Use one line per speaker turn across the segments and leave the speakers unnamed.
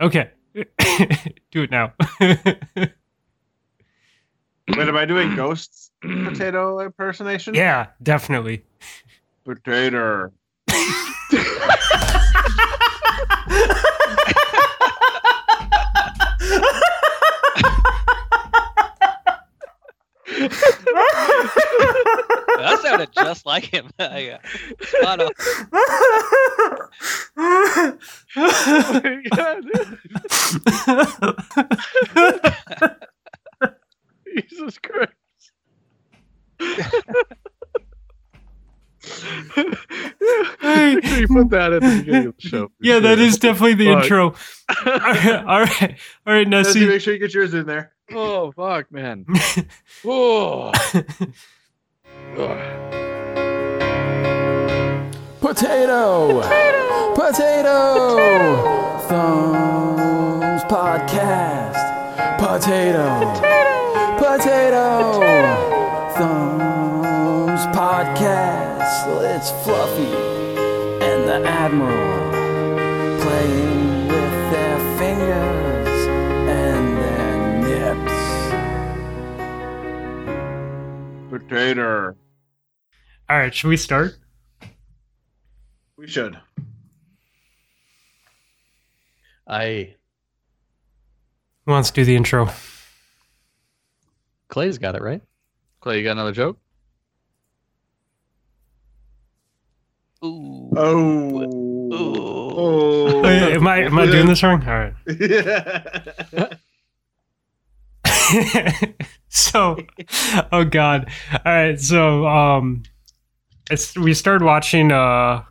Okay. Do it now.
Wait, am I doing ghosts potato impersonation?
yeah, definitely.
Potato.
That sounded just like him. I, uh, spot on.
Oh my God. Jesus Christ.
Hey.
Make sure you put that at the beginning of the show.
yeah, that is definitely the
Fuck.
intro. all right, all right, now
Jesse,
see.
make sure you get yours in there.
Oh fuck, man. Whoa.
Potato. Potato. Potato. Thumbs podcast. Potato. Potato. Potato. Thumbs podcast. It's Fluffy and the Admiral playing with their fingers and their nips.
Potato.
All right, should we start?
We should.
I
Who wants to do the intro?
Clay's got it right. Clay, you got another joke?
Ooh.
Oh.
Ooh.
Oh.
Wait, am I am I doing this wrong? All right. so oh god all right so um it's we started watching uh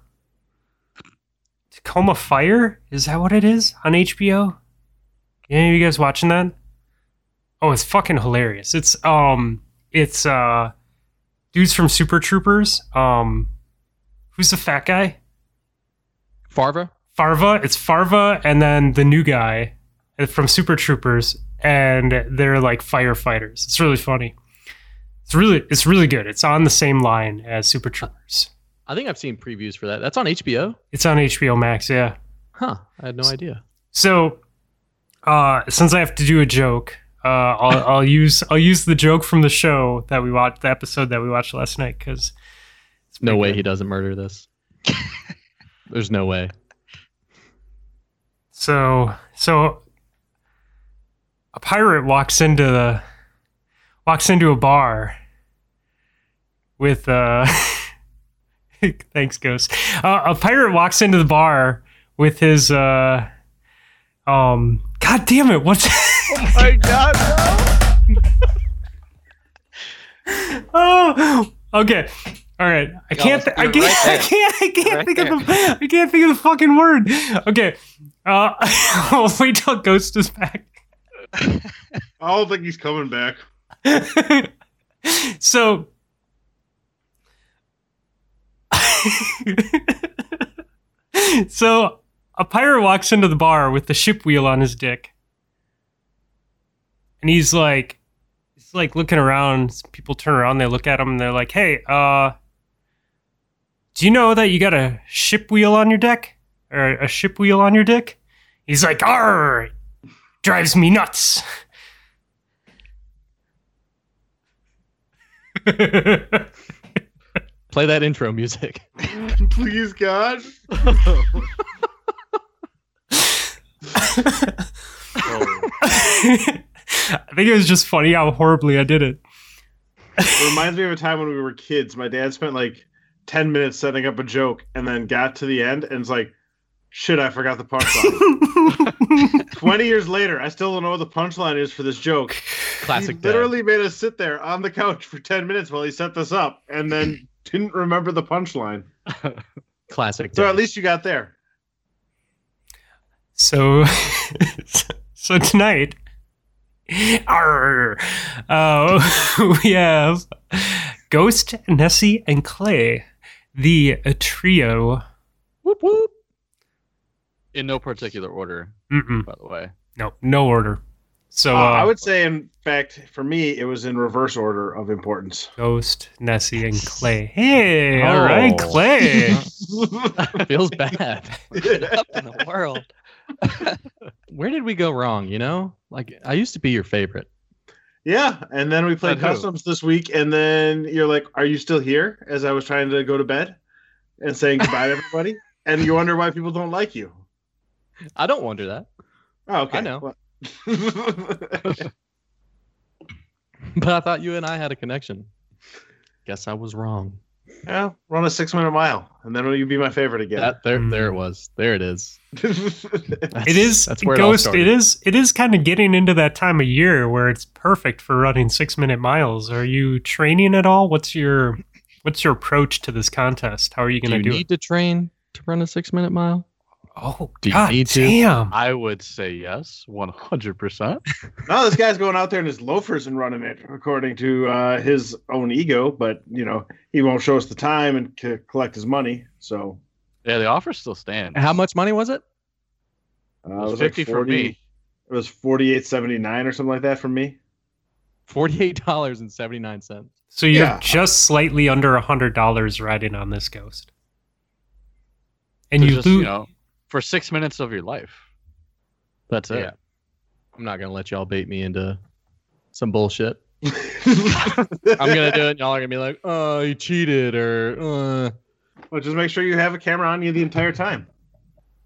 tacoma fire is that what it is on hbo any of you guys watching that oh it's fucking hilarious it's um it's uh dudes from super troopers um who's the fat guy
Farva?
Farva. It's Farva, and then the new guy from Super Troopers, and they're like firefighters. It's really funny. It's really, it's really good. It's on the same line as Super Troopers.
I think I've seen previews for that. That's on HBO?
It's on HBO Max. Yeah.
Huh. I had no idea.
So, uh, since I have to do a joke, uh, I'll, I'll use I'll use the joke from the show that we watched, the episode that we watched last night, because
No way he doesn't murder this. There's no way.
So so a pirate walks into the walks into a bar with uh thanks ghost. Uh, a pirate walks into the bar with his uh um god damn it what's
my God, bro.
oh okay all right i can't th- I,
you're
can't,
right
I
there.
can't i can't
Right
think of the i can't think of the fucking word okay uh I'll wait till ghost is back
I don't think he's coming back.
so so a pirate walks into the bar with the ship wheel on his dick and he's like he's like looking around people turn around they look at him and they're like hey uh do you know that you got a ship wheel on your deck or a ship wheel on your dick he's like arr drives me nuts
Play that intro music.
Please, God.
I think it was just funny how horribly I did it.
It reminds me of a time when we were kids. My dad spent like 10 minutes setting up a joke and then got to the end and it's like, shit, I forgot the punchline. 20 years later, I still don't know what the punchline is for this joke.
Classic
he
dad.
literally made us sit there on the couch for 10 minutes while he set this up and then didn't remember the punchline.
Classic
So
dad.
at least you got there.
So, so tonight, arr, uh, we have Ghost, Nessie, and Clay, the uh, trio.
Whoop, whoop. In no particular order,
Mm-mm,
by the way.
no, no order. So,
Uh,
uh,
I would say, in fact, for me, it was in reverse order of importance.
Ghost, Nessie, and Clay. Hey, all right,
Oh.
Clay.
Feels bad.
Up in the world.
where did we go wrong? You know, like I used to be your favorite.
Yeah, and then we played
But who?
customs this week, and then you're like, "Are you still here?" As I was trying to go to bed and saying goodbye to everybody, and you wonder why people don't like you.
I don't wonder that,
Oh, okay.
I know.
Well-
but I thought you and I had a connection. Guess I was wrong.
yeah, run a six-minute mile, and then you'll be my favorite again.
That there, there it was. There it is. That's,
Mm. It is
That's where it all
goes,
started.
it is it is kind of getting into that time of year where it's perfect for running six minute miles. Are you training at all? What's your what's your approach to this contest? How are you
Do
going
you
to do
need to train to run a six-minute mile?
it? Oh,
do you
God
need to?
damn!
I would say yes, 100%.
no, this guy's going out there in his loafers and running it, according to uh, his own ego. But you know, he won't show us the time and c- collect his money. So
Yeah, the offer still stands.
How much money was it?
uh, it
It was
like
50 for me.
It was forty-eight seventy-nine or something like that for me.
Forty-eight dollars and seventy-nine cents.
So you're
yeah.
just slightly under a hundred dollars riding on this ghost, and
So
you
just,
lose.
you know, for six minutes of your life. That's it.
Yeah. I'm not gonna let y'all bait me into some bullshit. I'm gonna do it. And y'all are gonna be like, "Oh, you cheated," or uh.
Well, just make sure you have a camera on you the entire time.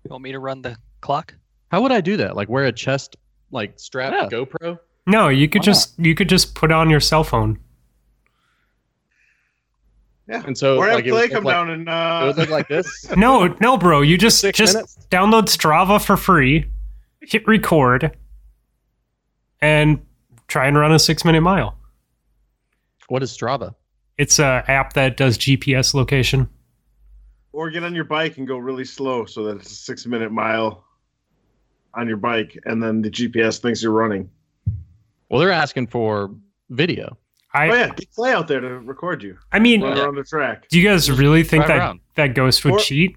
You want me to run the clock?
"How would I do that? Like wear a chest like strap
Yeah.
GoPro?"
no, you could
Why
just you could just put on your cell phone.
And so
or have
like, it would
Clay
look
come
like-
down and
It
uh,
would look like this.
No, no, bro, you just
Six
just
minutes.
download Strava for free, hit record, and try and run a six minute mile.
What is Strava?
It's a app that does GPS location.
or get on your bike and go really slow so that it's a six minute mile on your bike, and then the GPS thinks you're running.
Well, they're asking for video.
I
oh yeah, get Clay out there to record you
I mean,
run
Yeah.
around the track.
do you guys really think
drive
that
around.
that ghost would
Or-
cheat?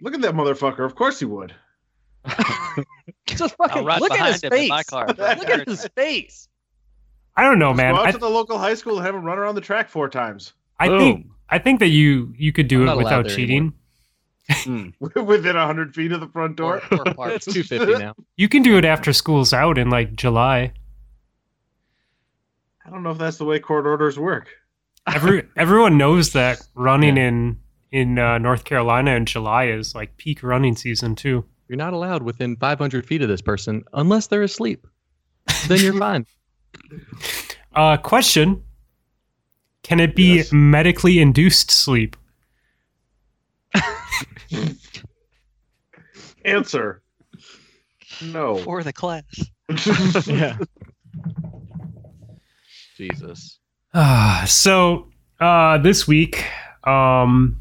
Look at that motherfucker! Of course he would.
Just
I'll run behind him in my car. for a
Look
third time.
face.
I don't know, Oh, man.
go out
I,
to the local high school and have him run around the track four times
I think I think that you you could do
I'm
it
not allowed
without
there
cheating.
anymore.
within hundred feet of the front door.
Or, or parts.
It's two fifty now.
You can do it after school's out in like July.
I don't know if that's the way court orders work.
Every everyone knows that running in in uh, North Carolina in July is like peak running season too.
You're not allowed within 500 feet of this person unless they're asleep. Then you're fine.
Uh, question: Can it be
Yes.
medically induced sleep?
Answer: No.
For the class.
yeah.
Jesus.
Ah, so uh, this week, um,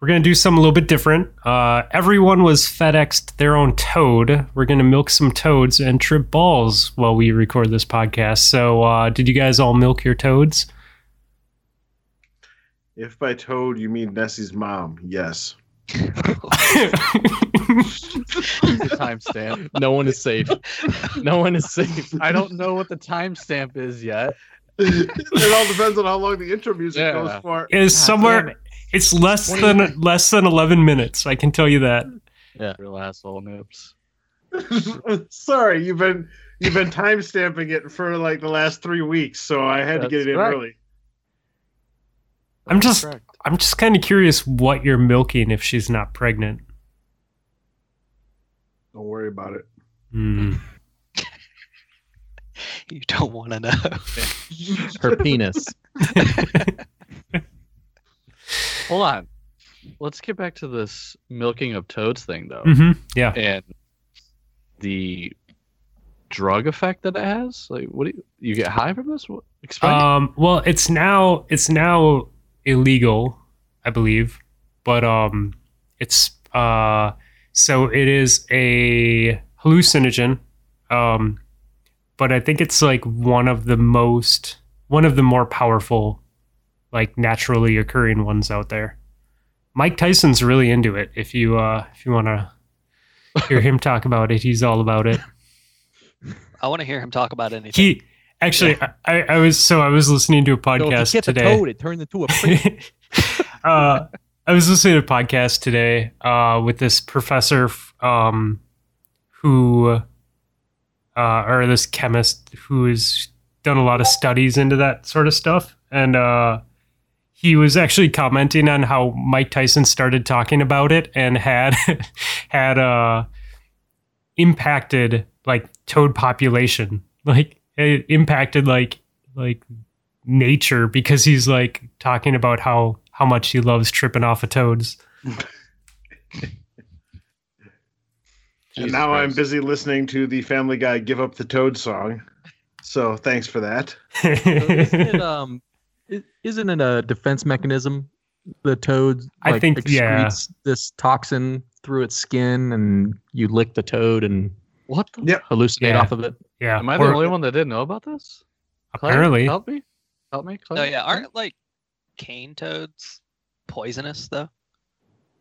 we're gonna do something a little bit different. Uh, everyone was FedExed their own toad. We're gonna milk some toads and trip balls while we record this podcast. So, uh, did you guys all milk your toads?
If by toad you mean Nessie's mom, yes.
The timestamp.
No one is safe. No one is safe.
I don't know what the timestamp is yet.
it all depends on how long the intro music
Yeah.
goes for.
It is somewhere. It's less than less than eleven minutes. I can tell you that.
Real asshole nips.
Sorry, you've been you've been time stamping it for like the last three weeks, so I had to get
That's
it in
right.
early.
I'm just I'm just kind of curious what you're milking if she's not pregnant.
Don't worry about it.
Hmm.
You don't want to know.
Her penis.
Hold on. Let's get back to this milking of toads thing, though,
Mhm. Yeah.
and the drug effect that it has. Like, what do you, you get high from this? What, explain.
Um, well, it's now it's now illegal, I believe, but um, it's uh, so it is a hallucinogen, um, but I think it's like one of the most one of the more powerful, like naturally occurring ones out there. Mike Tyson's really into it. If you uh, if you want to hear him talk about it, he's all about it
I want to hear him talk about anything.
he actually I, I was so i was listening to a
So if
podcast
you hit the
today
toad, it turns into a prick.
uh, i was listening to a podcast today uh, with this professor f- um, who, uh, or this chemist who has done a lot of studies into that sort of stuff. And uh, he was actually commenting on how Mike Tyson started talking about it and had, had, uh, impacted like toad population like it impacted like like nature because he's like talking about how how much he loves tripping off of toads
and now I'm busy listening to the Family Guy "Give Up the Toad" song. So thanks for that.
isn't it, um, i- isn't it a defense mechanism? The toad,
I
like,
think- yeah.
excretes this toxin through its skin, and you lick the toad and
What? The?
Yep.
hallucinate
Yeah.
off of it.
yeah
Am I the
or-
only one that didn't know about this? Claire,
apparently
help me, help me, Claire.
Oh yeah, aren't like cane toads poisonous though?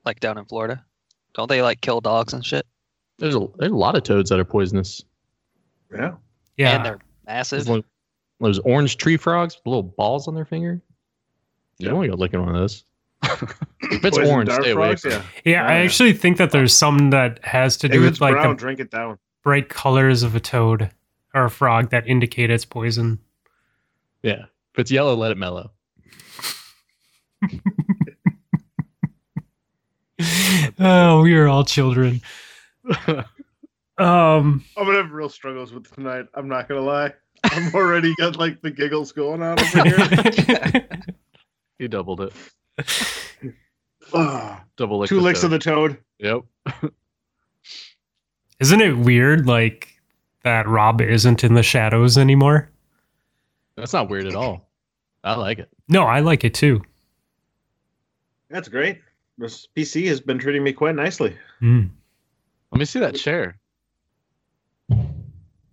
Like down in Florida, don't they like kill dogs and shit?
There's a there's a lot of toads that are poisonous.
Yeah.
and
yeah
they're massive.
There's, like- there's orange tree frogs with little balls on their finger. You
Yep.
don't want to go licking one of those. if it's
Poison
orange,
dart
stay away.
frogs,
from it.
Yeah.
yeah i
yeah.
actually think that there's some that has to do
If
with
it's
like
brown,
the
drink it down.
bright colors of a toad or a frog that indicate it's poison
Yeah. If it's yellow, let it mellow.
oh we are all children um
I'm gonna have real struggles with tonight. I'm not gonna lie. I'm already got like the giggles going on over here.
You doubled it.
Ah,
Double lick
two
the
licks
toad.
of the toad.
Yep.
Isn't it weird, like that Rob isn't in the shadows anymore?
That's not weird at all. I like it.
No, I like it too.
That's great. This PC has been treating me quite nicely.
Mm.
Let me see that chair.
Mm.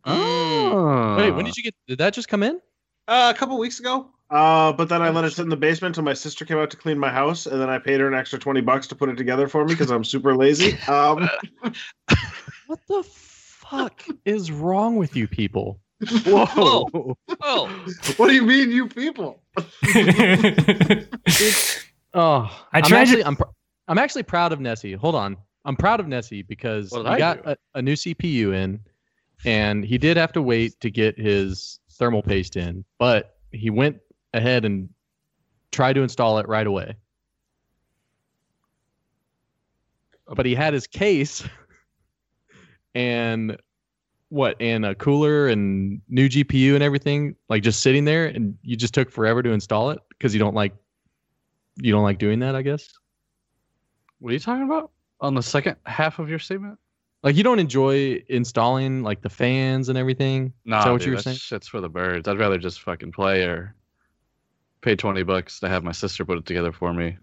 Hmm.
Ah.
Wait, when did you get? Did that just come in?
Uh, a couple weeks ago. Uh, but then I let it sit in the basement until my sister came out to clean my house, and then I paid her an extra twenty bucks to put it together for me because I'm super lazy. Um,
What the fuck is wrong with you people?
Whoa! Whoa!
what do you mean, you people?
Oh,
I tried
I'm
to-
Actually, I'm, pr- I'm actually proud of Nessie. Hold on, I'm proud of Nessie because
What
he
did I
got
do?
a, a new CPU in, and he did have to wait to get his thermal paste in, but he went ahead and tried to install it right away. But he had his case and what and a cooler and new GPU and everything like just sitting there and you just took forever to install it because you don't like you don't like doing that, I guess.
What are you talking about? On the second half of your statement?
Like you don't enjoy installing like the fans and everything.
No,
Is that what
dude,
you were
that
saying?
Shit's for the birds. I'd rather just fucking play or pay twenty bucks to have my sister put it together for me.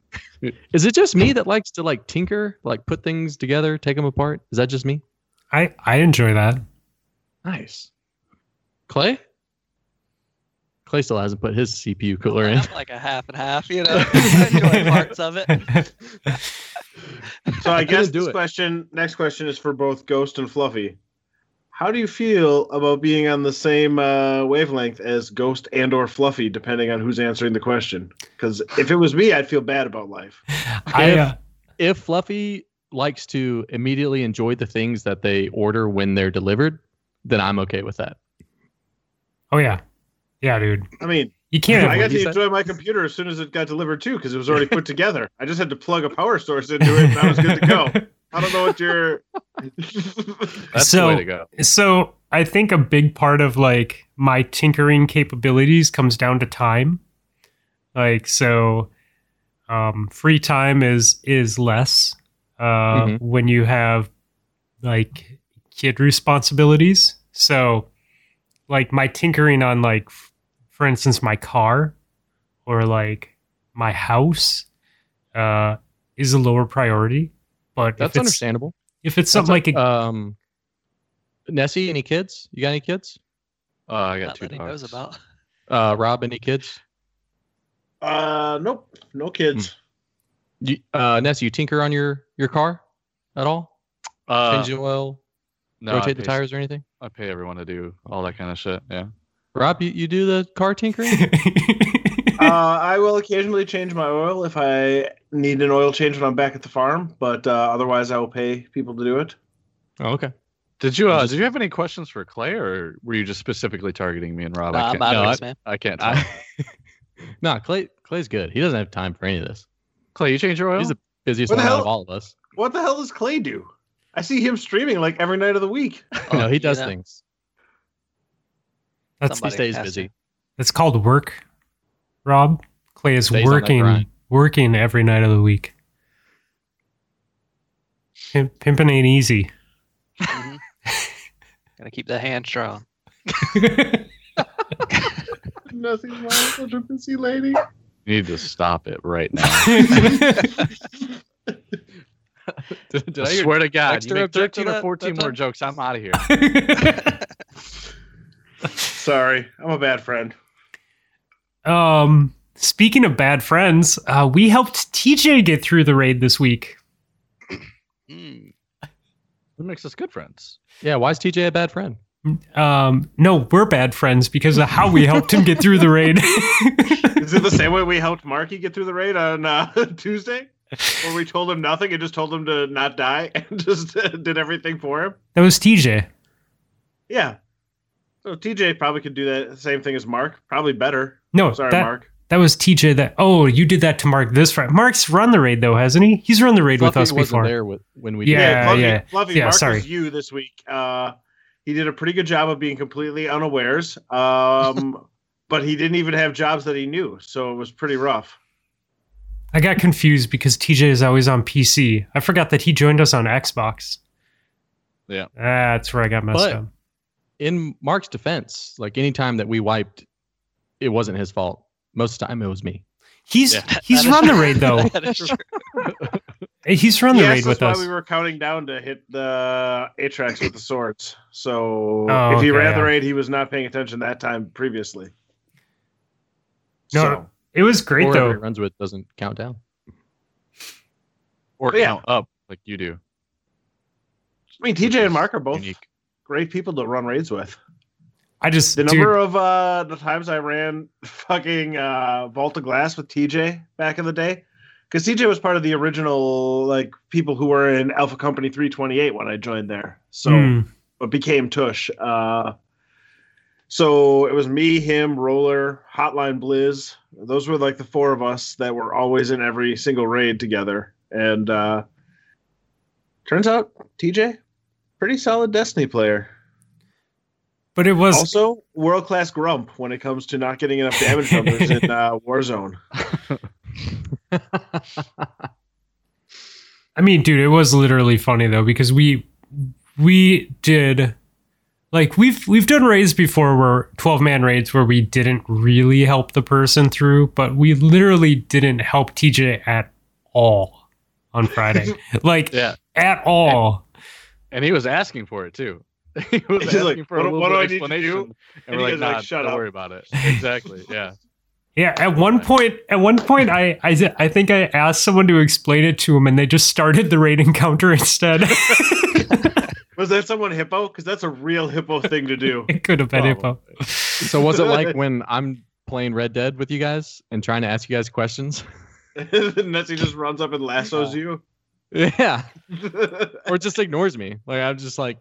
Is it just me that likes to like tinker, like put things together, take them apart? Is that just me?
I I enjoy that.
Nice. Clay? Clay still hasn't put his CPU cooler in.
I'm like a half and half, you know. I enjoy parts of it.
So I,
I couldn't
guess
do
this
it.
question, next question, is for both Ghost and Fluffy. How do you feel about being on the same uh, wavelength as Ghost and or Fluffy, depending on who's answering the question? Because if it was me, I'd feel bad about life.
I uh,
If Fluffy likes to immediately enjoy the things that they order when they're delivered, then I'm okay with that.
oh yeah, yeah, dude.
I mean,
You can't.
I got
what you
to
said.
enjoy my computer as soon as it got delivered too, because it was already put together. I just had to plug a power source into it, and I was good to go. I don't know what your
That's
So-
the way to go.
So I think a big part of like my tinkering capabilities comes down to time. Like so um free time is is less uh
Mhm.
when you have like kid responsibilities. So like my tinkering on like f- for instance my car or like my house uh is a lower priority, but if
That's
it's,
understandable.
If it's something like a
um Nessie, any kids? You got any kids?
Uh, I got
Not
two
letting
dogs.
those about.
Uh Rob, any kids?
uh, nope, no kids.
You, uh, Ness, you tinker on your your car at all?
Uh,
Change the oil,
no, I
rotate the
pay-
tires, or anything?
I pay everyone to do all that kind of shit. Yeah.
Rob, you, you do the car tinkering?
uh,
Hmm.
I will occasionally change my oil if I need an oil change when I'm back at the farm, but uh, otherwise I will pay people to do it.
oh, okay.
Did you
I'm
uh,
just-
did you have any questions for Clay, or were you just specifically targeting me and Rob?
Nah,
I
I'm
can't.
out
no,
of
I-
this, man.
I can't. tell.
I, no, Clay. Clay's good. He doesn't have time for any of this.
Clay, you change your oil.
He's the busiest
What the
one out
hell?
of all of us.
What the hell does Clay do? I see him streaming like every night of the week.
Oh,
no, he
you
does
know,
things.
That's
somebody
stays
has
busy.
to.
that's called work. Rob Clay is
Stays on that grind.
working working every night of the week. Pimp, pimping ain't easy.
Mhm. Gotta keep the hand strong.
Nothing wrong with such a busy lady.
You need to stop it right now.
Did, did
I,
hear-
swear to God,
Dexter
you make
object to
thirteen or
that-
fourteen
that
more
time?
jokes, I'm out of here.
Sorry, I'm a bad friend.
um, speaking of bad friends, uh, we helped TJ get through the raid this week.
Mm.
That makes us good friends.
Yeah, why is TJ a bad friend?
Um, no, we're bad friends because of how we helped him get through the raid.
Is it the same way we helped Marky get through the raid on uh, Tuesday? Where we told him nothing and just told him to not die and just did everything for him?
that was TJ.
Yeah. So TJ probably could do that same thing as Mark. Probably better.
No,
Sorry,
that,
Mark.
that was TJ. That oh, you did that to Mark this Friday. Mark's run the raid though, hasn't he? He's run the raid with
Fluffy
us
wasn't
before.
there with, when we
Yeah,
did.
Fluffy,
yeah.
Fluffy
Yeah,
Mark
sorry.
was you this week. Uh, he did a pretty good job of being completely unawares, um, but he didn't even have jobs that he knew, so it was pretty rough.
I got confused because TJ is always on PC. I forgot that he joined us on Xbox.
Yeah.
that's where I got messed
But-
up.
In Mark's defense, like any time that we wiped, it wasn't his fault. Most of the time, it was me.
He's
Yeah.
he's
That is
run the
true.
raid though.
That is true.
He's run the
yes,
raid
that's
with
why
us.
we were counting down to hit the Atrax with the swords. So
Oh,
if he
okay,
ran the
yeah.
raid, he was not paying attention that time previously.
No,
So,
It was great
Whoever he
though.
runs with doesn't count down.
Or
Yeah.
count up like you do.
I mean, TJ and Mark are both
Unique.
great people to run raids with.
I just
The
dude,
number of uh the times I ran fucking uh Vault of Glass with TJ back in the day. Because TJ was part of the original like people who were in Alpha Company 328 when I joined there. So
hmm.
but became Tush. Uh so it was me, him, Roller, Hotline Blizz. Those were like the four of us that were always in every single raid together. And uh turns out TJ, pretty solid Destiny player.
but it was
Also, world class grump when it comes to not getting enough damage numbers in uh, Warzone.
I mean, dude, it was literally funny though because we we did like we've we've done raids before where 12 man raids where we didn't really help the person through, but we literally didn't help TJ at all on Friday. like
Yeah.
at all.
And he was asking for it too. He was
He's
asking
like,
for a
"What-
little
what
bit
do
of
I need to
explanation.
do?"
And,
And
we're
you
like,
guys are like,
nah,
"Shut
don't
up."
worry about it. Exactly. Yeah.
Yeah, at one point, at one point, I, I, I think I asked someone to explain it to him, and they just started the raid encounter instead.
Was that someone hippo? Because that's a real hippo thing to do.
it could have been Hippo.
So was it like when I'm playing Red Dead with you guys and trying to ask you guys questions?
Nessie just runs up and lassos you.
yeah,
Oh,
That's
or just ignores me. Like I'm just like,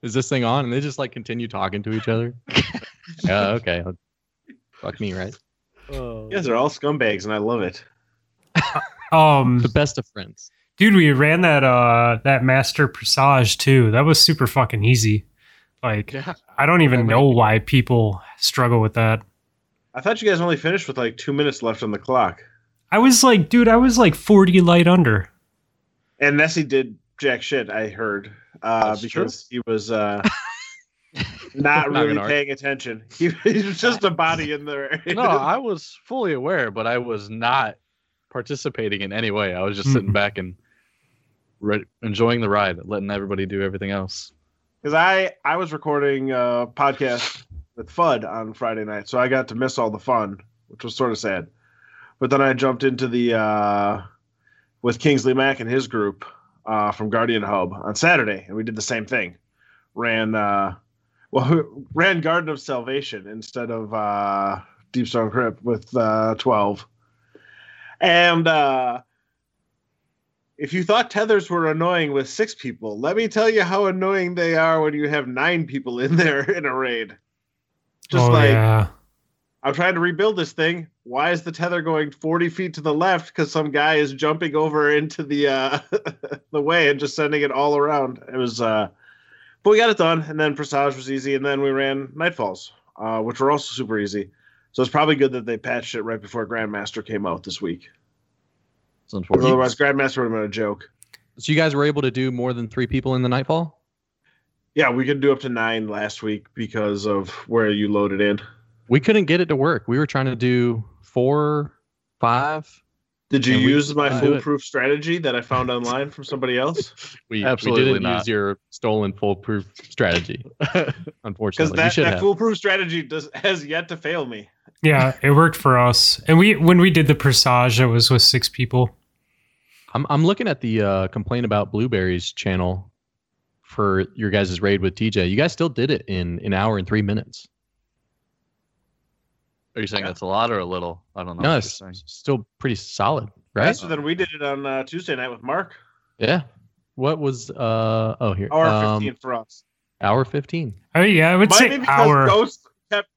is this thing on? And they just like continue talking to each other. Yeah, okay. Fuck me, right?
You guys are all scumbags, and I love it.
Um,
The best of friends.
dude, we ran that uh that master presage too. That was super fucking easy. Like,
Yeah.
I don't even
That
know why people struggle with that.
I thought you guys only finished with like two minutes left on the clock,
I was like, dude, I was like 40 light under.
and Nessie did jack shit. I heard uh,
That's
because he was uh, not
gonna
really
argue.
paying attention. He, he was just a body in there.
No, I was fully aware, but I was not participating in any way. I was
Hmm.
just sitting
Mhm.
back and re- enjoying the ride, letting everybody do everything else.
because I I was recording a podcast with Fud on Friday night, so I got to miss all the fun, which was sort of sad. But then I jumped into the uh, with Kingsley Mack and his group uh, from Guardian Hub on Saturday, and we did the same thing. Ran uh, well, ran Garden of Salvation instead of uh, Deep Stone Crypt with uh, twelve, and uh, If you thought tethers were annoying with six people, let me tell you how annoying they are when you have nine people in there in a raid. Just
oh,
like
yeah.
I'm trying to rebuild this thing. Why is the tether going 40 feet to the left? Because some guy is jumping over into the uh, the way and just sending it all around. It was, uh, but we got it done. And then Presage was easy, and then we ran Nightfalls, uh, which were also super easy. So it's probably good that they patched it right before Grandmaster came out this week.
It's unfortunate.
Otherwise, Grandmaster would have been a joke.
So you guys were able to do more than three people in the nightfall.
Yeah, we could do up to nine last week because of where you loaded in.
We couldn't get it to work. We were trying to do four, five.
Did you
And we-
use my
uh,
foolproof strategy that I found online from somebody else?
We
Absolutely
we didn't
not.
use your stolen foolproof strategy.
Because
Unfortunately, we
that,
should
that
have.
foolproof strategy does has yet to fail me.
Yeah, it worked for us. And we when we did the presage, it was with six people.
I'm I'm looking at the uh, complain about blueberries channel for your guys' raid with TJ. You guys still did it in an hour and three minutes.
Are you saying that's a lot or a little? I don't know.
No,
what
it's
you're saying.
still pretty solid, right?
Faster than we did it on uh, Tuesday night with Mark.
yeah. What was uh oh here
Hour
um,
15 for us.
hour fifteen?
Oh yeah, I would
Might be
say
because
hour.
Ghost kept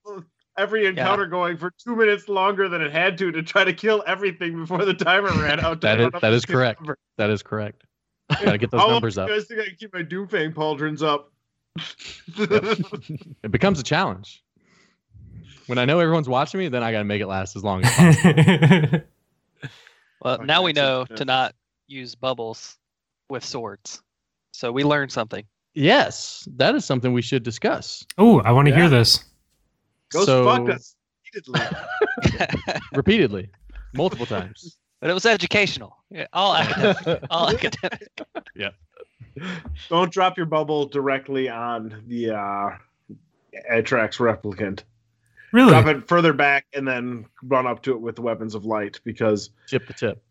every encounter going for two minutes longer than it had to to try to kill everything before the timer ran out.
That
I
is
don't know
that
if
is
you
correct.
remember.
That is correct. Gotta get those
How long
numbers
do
up.
You guys think I can keep my Doomfang pauldrons up?
It becomes a challenge. When I know everyone's watching me, then I gotta make it last as long as possible.
yeah,
Well,
Okay,
now we
that's it.
know
Yeah.
to not use bubbles with swords. So we learned something.
yes, that is something we should discuss.
oh, I want to
Yeah.
hear this.
Ghost
So-
fucked us. repeatedly.
repeatedly, multiple times.
But it was educational. Yeah, All academic. all academic.
Don't drop your bubble directly on the uh, Atrax replicant.
Really?
drop it further back and then run up to it with the weapons of light because
Chip the tip.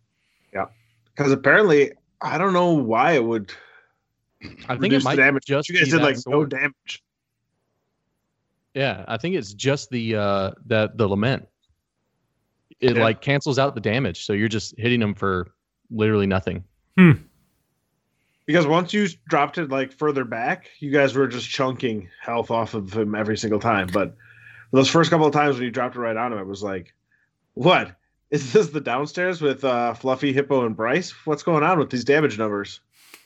because apparently I don't know why it would.
I think
Reduce
it
the
might
damage.
just
You guys
be
did
that
like no
sword.
damage.
Yeah, I think it's just the uh that the lament. It
Yeah.
like cancels out the damage, so you're just hitting them for literally nothing.
Because once you dropped it like further back, you guys were just chunking health off of him every single time. But those first couple of times when you dropped it right on him, it was like, "What is this? The downstairs with uh, Fluffy Hippo and Bryce? What's going on with these damage numbers?"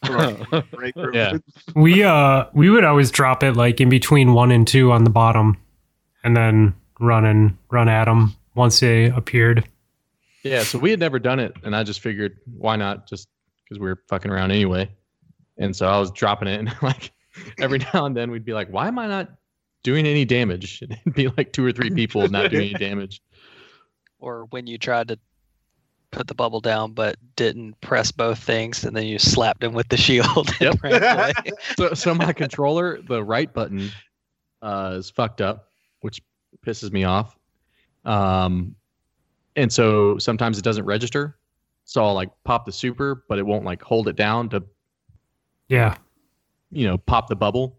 Right.
Yeah.
we uh we would always drop it like in between one and two on the bottom, and then run and run at them once they appeared.
yeah, so we had never done it, and I just figured why not, just because we were fucking around anyway. And so I was dropping it, and like every now and then we'd be like, "Why am I not doing any damage?" And it'd be like two or three people not doing any damage.
Or when you tried to put the bubble down but didn't press both things and then you slapped him with the shield. and
Yep.
ran away.
so, so my controller, the right button, uh, is fucked up, which pisses me off. Um, and so sometimes it doesn't register. So I'll like pop the super, but it won't like hold it down to
Yeah.
you know pop the bubble.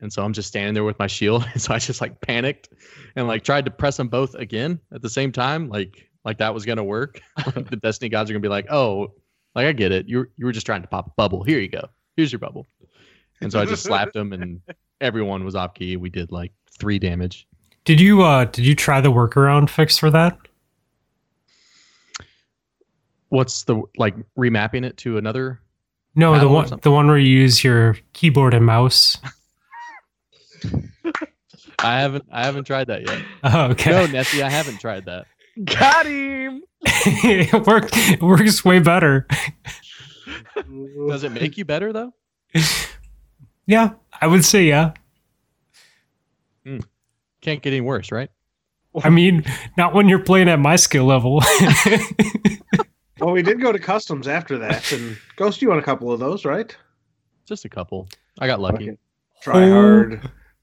And so I'm just standing there with my shield, and so I just like panicked and like tried to press them both again at the same time, like like that was gonna work. Like, the Destiny gods are gonna be like, oh, like I get it. You were- you were just trying to pop a bubble. Here you go. Here's your bubble. And so I just slapped him, and everyone was off key. We did like three damage.
Did you uh did you try the workaround fix for that?
What's the like remapping it to another?
No,
Paddle
the
or
one
something?
the one where you use your keyboard and mouse.
I haven't I haven't tried that yet.
Oh,
No,
okay.
Nessie, I haven't tried that.
Got him.
it worked it works way better.
Does it make you better though?
Yeah, I would say yeah.
Can't get any worse, right?
I mean, not when you're playing at my skill level.
well, we did go to customs after that, and Ghost, you want a couple of those, right?
Just a couple. I got lucky.
Fucking Try hard,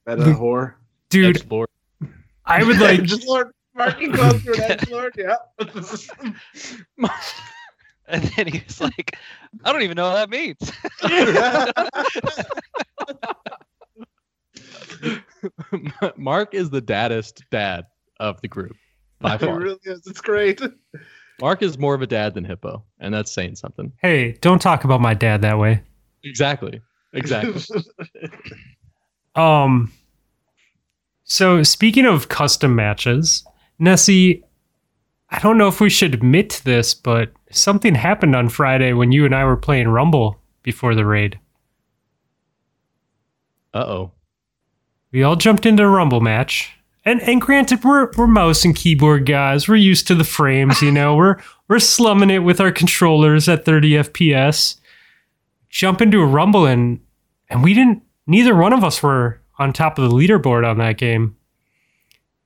meta whore.
Oh, Dude,
Edgelord.
I would like
just Lord Marking goes through an edge lord. Yeah.
and then he was like, I don't even know what that means.
Mark is the daddest dad of the group by
It
far.
really is. It's great.
Mark is more of a dad than Hippo, and that's saying something.
Hey, don't talk about my dad that way.
Exactly. Exactly.
Um. So speaking of custom matches, Nessie, I don't know if we should admit to this, but something happened on Friday when you and I were playing Rumble before the raid.
Uh oh.
We all jumped into a Rumble match. And and granted, we're we're mouse and keyboard guys. We're used to the frames, you know. We're we're slumming it with our controllers at 30 FPS. Jump into a rumble and and we didn't neither one of us were on top of the leaderboard on that game.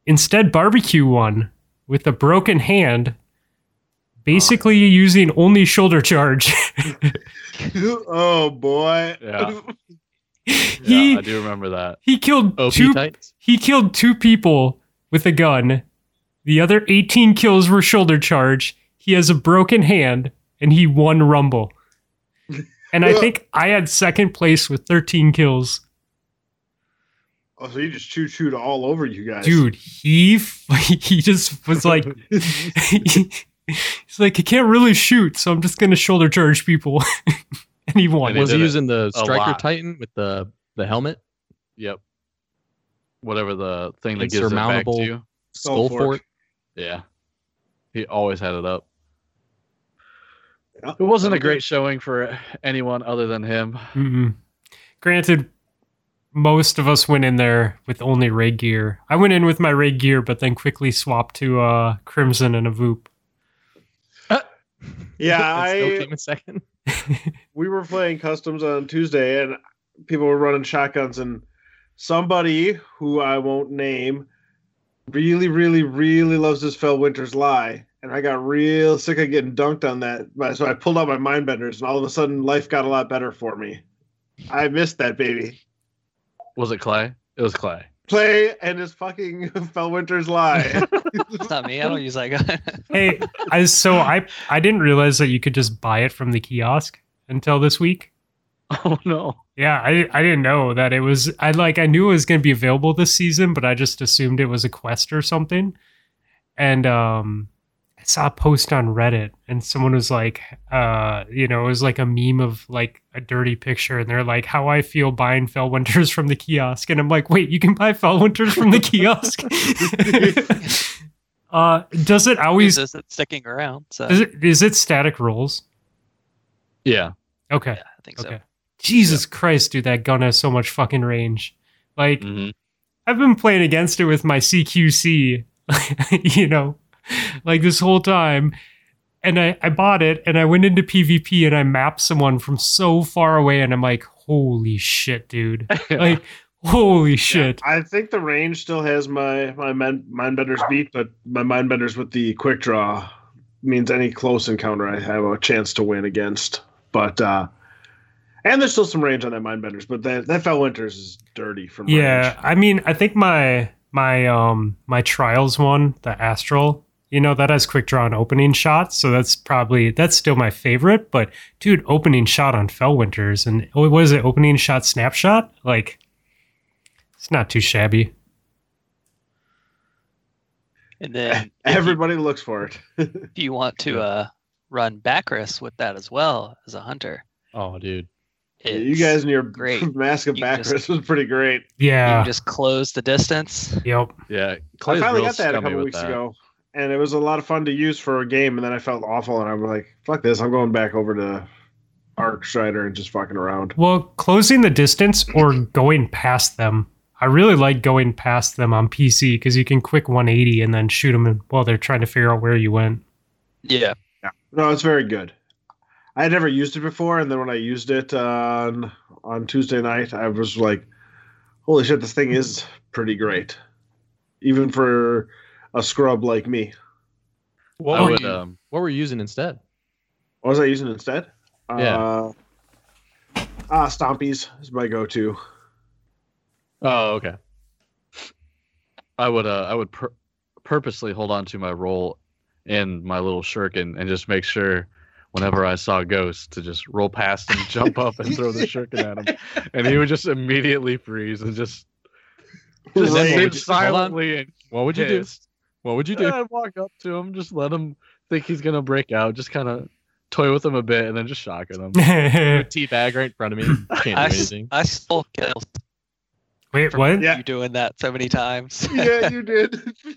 Instead, barbecue won with a broken hand, basically using only shoulder charge.
oh boy.
Yeah.
he
I do remember that.
he killed
OP
two
Titans.
He killed two people with a gun. The other 18 kills were shoulder charge. He has a broken hand and he won Rumble. And I think I had second place with 13 kills.
Oh, so you just choo chooed all over you guys.
Dude, he f- he just was like he's like I can't really shoot, so I'm just going to shoulder charge people. and he won.
And they
Was he
did it
using the
a
striker
lot.
Titan with the the helmet?
Yep. Whatever the thing that gives it back to
Insurmountable.
you.
Skull
fork.
fort.
Yeah. He always had it up. It wasn't a great showing for anyone other than him.
Mm-mm. Mm-hmm. Granted, most of us went in there with only raid gear. I went in with my raid gear, but then quickly swapped to uh, Crimson and a Voop.
Yeah,
And still
I
came in second.
we were playing customs on Tuesday and people were running shotguns and somebody who I won't name really, really, really loves this Fell Winter's Lie. And I got real sick of getting dunked on that. But- So I pulled out my mind benders and all of a sudden life got a lot better for me. I missed that baby.
Was it Clay? It was Clay.
Play and his fucking Fell Winter's Lie.
It's not me. I don't use that gun.
Hey, I, so I I didn't realize that you could just buy it from the kiosk until this week.
Oh no.
Yeah, I I didn't know that it was. I like I knew it was going to be available this season, but I just assumed it was a quest or something. And um, I saw a post on Reddit, and someone was like, uh, you know, it was like a meme of like a dirty picture, and they're like, "How I feel buying Fell Winters from the kiosk," and I'm like, "Wait, you can buy Fell Winters from the kiosk?" uh, does it always?
He's isn't sticking around. So
Is it is it static rolls?
Yeah.
Okay.
yeah, I think so.
Okay. Jesus Christ, dude, that gun has so much fucking range. Like,
Mhm.
I've been playing against it with my CQC, you know, like this whole time. And I, I bought it and I went into PvP and I mapped someone from so far away and I'm like, holy shit, dude. Like, holy shit.
I think the range still has my my men, mindbenders beat, but my mindbenders with the quick draw means any close encounter I have a chance to win against. But uh and there's still some range on that mindbenders, but that that fell winters is dirty from
Yeah,
range.
I mean, I think my my um my trials one, the astral, you know, that has quick draw and opening shots, so that's probably that's still my favorite. But dude, opening shot on Fellwinters and oh, what is it? Opening shot snapshot, like it's not too shabby.
And then
Everybody looks for it.
if you want to uh, run Bacchus with that as well as a hunter,
Oh, dude.
it's,
you guys and your
great.
mask of
You can just-
Bacchus was pretty great.
you
Yeah,
can just close the distance.
yep.
Yeah.
I
Clay's
finally
real
got that a
scummy
couple
with
weeks
that.
ago, and it was a lot of fun to use for a game. And then I felt awful, and I'm like, "Fuck this! I'm going back over to Arc Strider and just fucking around."
Well, closing the distance or going past them. I really like going past them on PC because you can quick 180 and then shoot them while they're trying to figure out where you went.
Yeah.
No, it's very good. I had never used it before, and then when I used it on on Tuesday night, I was like, "Holy shit, this thing is pretty great," even for a scrub like me.
What
I
were,
would
you,
um
what were you using instead?
What was I using instead?
Yeah.
Uh, ah, Stompies is my go-to.
Oh, okay.
I would uh I would pur- purposely hold on to my roll in my little shuriken and just make sure whenever I saw ghosts to just roll past and jump up and throw the shuriken at him, and he would just immediately freeze and just just
Right.
sit
Hold on.
silently and
What would you do?
pissed.
What would you
And
do?
I'd walk up to him, just let him think he's gonna break out. Just kind of toy with him a bit, and then just shotgun him.
Wait,
Tea bag right in front of me. Can't do
I, s-
anything.
I stole kills.
what?
Yeah.
You doing that so many times?
yeah, you did.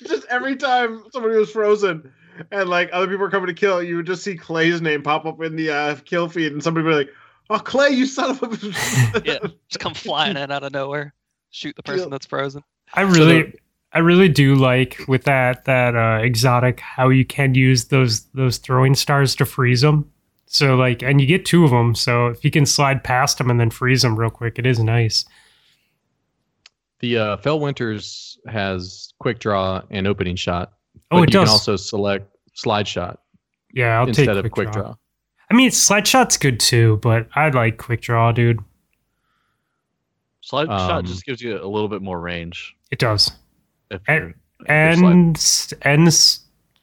just every time somebody was frozen and like other people were coming to kill, you would just see Clay's name pop up in the uh, kill feed, and somebody would be like, "Oh, Clay, you son of a."
Yeah. Just come flying in out of nowhere, shoot the person
Kill.
that's frozen.
I really, I really do like with that that uh, exotic how you can use those those throwing stars to freeze them. So like, and you get two of them. So if you can slide past them and then freeze them real quick, it is nice.
The uh, Fell Winters has quick draw and opening shot.
Oh,
but
it
you
does.
can also select slide shot
yeah, I'll
instead
take
of quick draw.
I mean, slide shot's good too, but I like quick draw, dude.
Slide shot
Um,
just gives you a little bit more range.
It does.
If
Eh,
you're- if you're sliding.
and s- and s-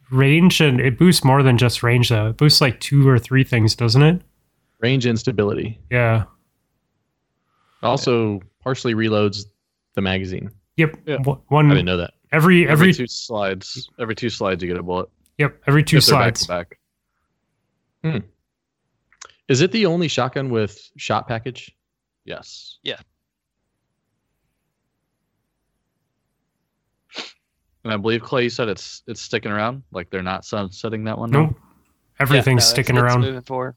range and it boosts more than just range though. It boosts like two or three things, doesn't it?
Range instability.
Yeah.
Also partially reloads the magazine.
Yep.
Yeah.
One
I didn't know that.
every
every,
every
two slides, every two slides you get a bullet.
yep every two
if they're back to
slides.
back.
Is it the only shotgun with shot package?
Yes.
Yeah.
And I believe Clay you said it's it's sticking around. Like they're not sunsetting that one.
Nope. Everything's
Yeah, no,
sticking
it's- it's
around.
moving forward.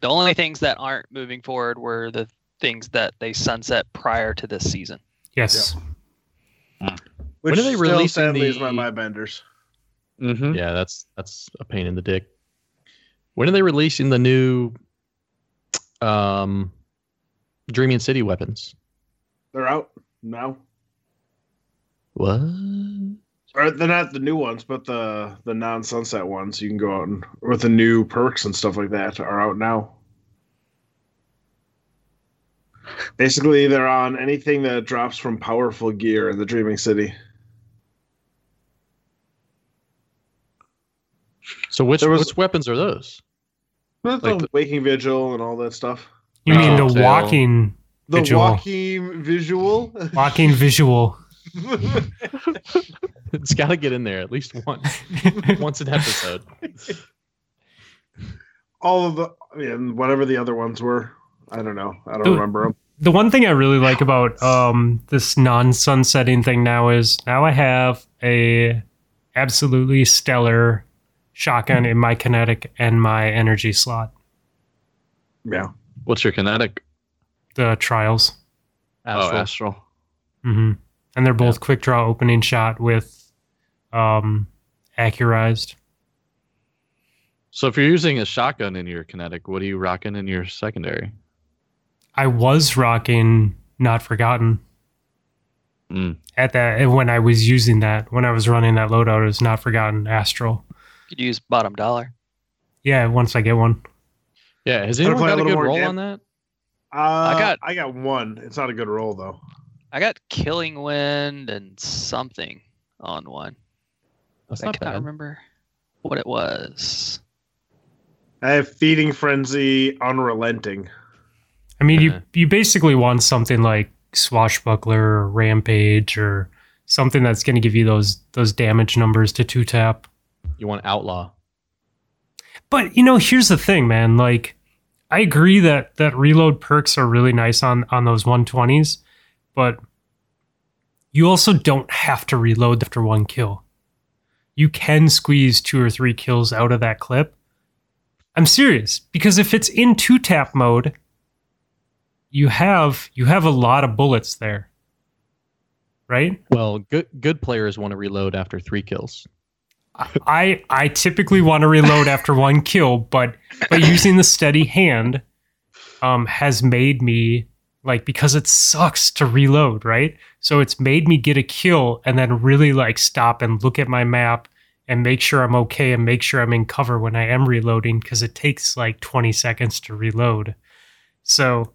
The only things that aren't moving forward were the things that they sunset prior to this season.
yes.
Which
When are they releasing
still, sadly, is my
the-
mind benders.
Mm-hmm.
Yeah, that's that's a pain in the dick. When are they releasing the new um Dreaming City weapons?
They're out now.
What?
Or they're not the new ones, but the the non sunset ones. You can go out and with the new perks and stuff like that are out now. Basically, they're on anything that drops from powerful gear in the Dreaming City.
So which
There was-
which weapons are those?
Not
Like
the
the-
Waking Vigil and all that stuff.
You mean the
Cocktail.
walking
The
Vigil.
Walking Visual.
walking visual?
it's got to get in there at least once once an episode.
all of the and whatever the other ones were. I don't know. I don't
Dude.
remember them.
the one thing I really like about um, this non-sunsetting thing now is now I have a absolutely stellar shotgun in my kinetic and my energy slot.
Yeah.
What's your kinetic?
The trials,
Oh,
Astral.
astral.
hmm and they're both quick draw opening shot with um, accurized.
So if you're using a shotgun in your kinetic, what are you rocking in your secondary?
I was rocking not forgotten.
Mm.
At that, when I was using that, when I was running that loadout, it was not forgotten astral.
You could use bottom dollar.
Yeah, once I get one.
Yeah, has
Gotta
anyone
play a
got a
little
good
more
roll
game.
on that?
Uh, I
got-
I got one. It's not a good roll though.
I got Killing Wind and something on one.
That's
I
not
cannot
bad.
remember what it was.
I have feeding frenzy, unrelenting.
I mean,
Uh-huh.
you you basically want something like Swashbuckler or Rampage or something that's going to give you those those damage numbers to two tap.
You want outlaw.
But you know, here's the thing, man. Like, I agree that that reload perks are really nice on on those 120s, but you also don't have to reload after one kill. You can squeeze two or three kills out of that clip. I'm serious because if it's in two tap mode, you have you have a lot of bullets there, right?
Well, good good players want to reload after 3 kills.
I I typically want to reload after one kill, but but using the steady hand um has made me like because it sucks to reload, right? So it's made me get a kill and then really like stop and look at my map and make sure I'm okay and make sure I'm in cover when I am reloading because it takes like 20 seconds to reload. So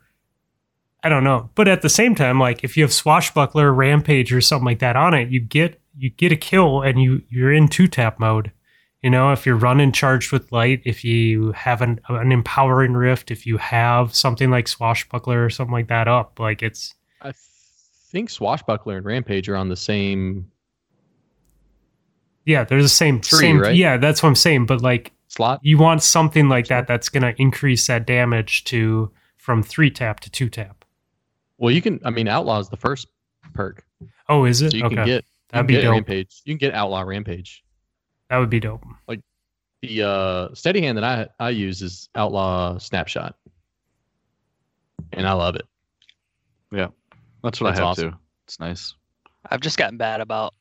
I don't know. But at the same time, like if you have swashbuckler, rampage, or something like that on it, you get you get a kill and you you're in two tap mode. You know, if you're running charged with light, if you have an, an empowering rift, if you have something like swashbuckler or something like that up, like it's
I think Swashbuckler and Rampage are on the same
Yeah, they're the same.
Three,
same
right?
Yeah, that's what I'm saying. But like,
slot.
you want something like that that's going to increase that damage to from three tap to two tap.
Well, you can. I mean, outlaw is the first perk,
Oh, is it?
so you
okay,
can get you
that'd
can
be
get
dope.
rampage. You can get outlaw rampage.
That would be dope.
The uh, steady hand that I I use is outlaw snapshot, and I love it.
That's what
That's
I have
awesome.
to. It's nice.
I've just gotten bad about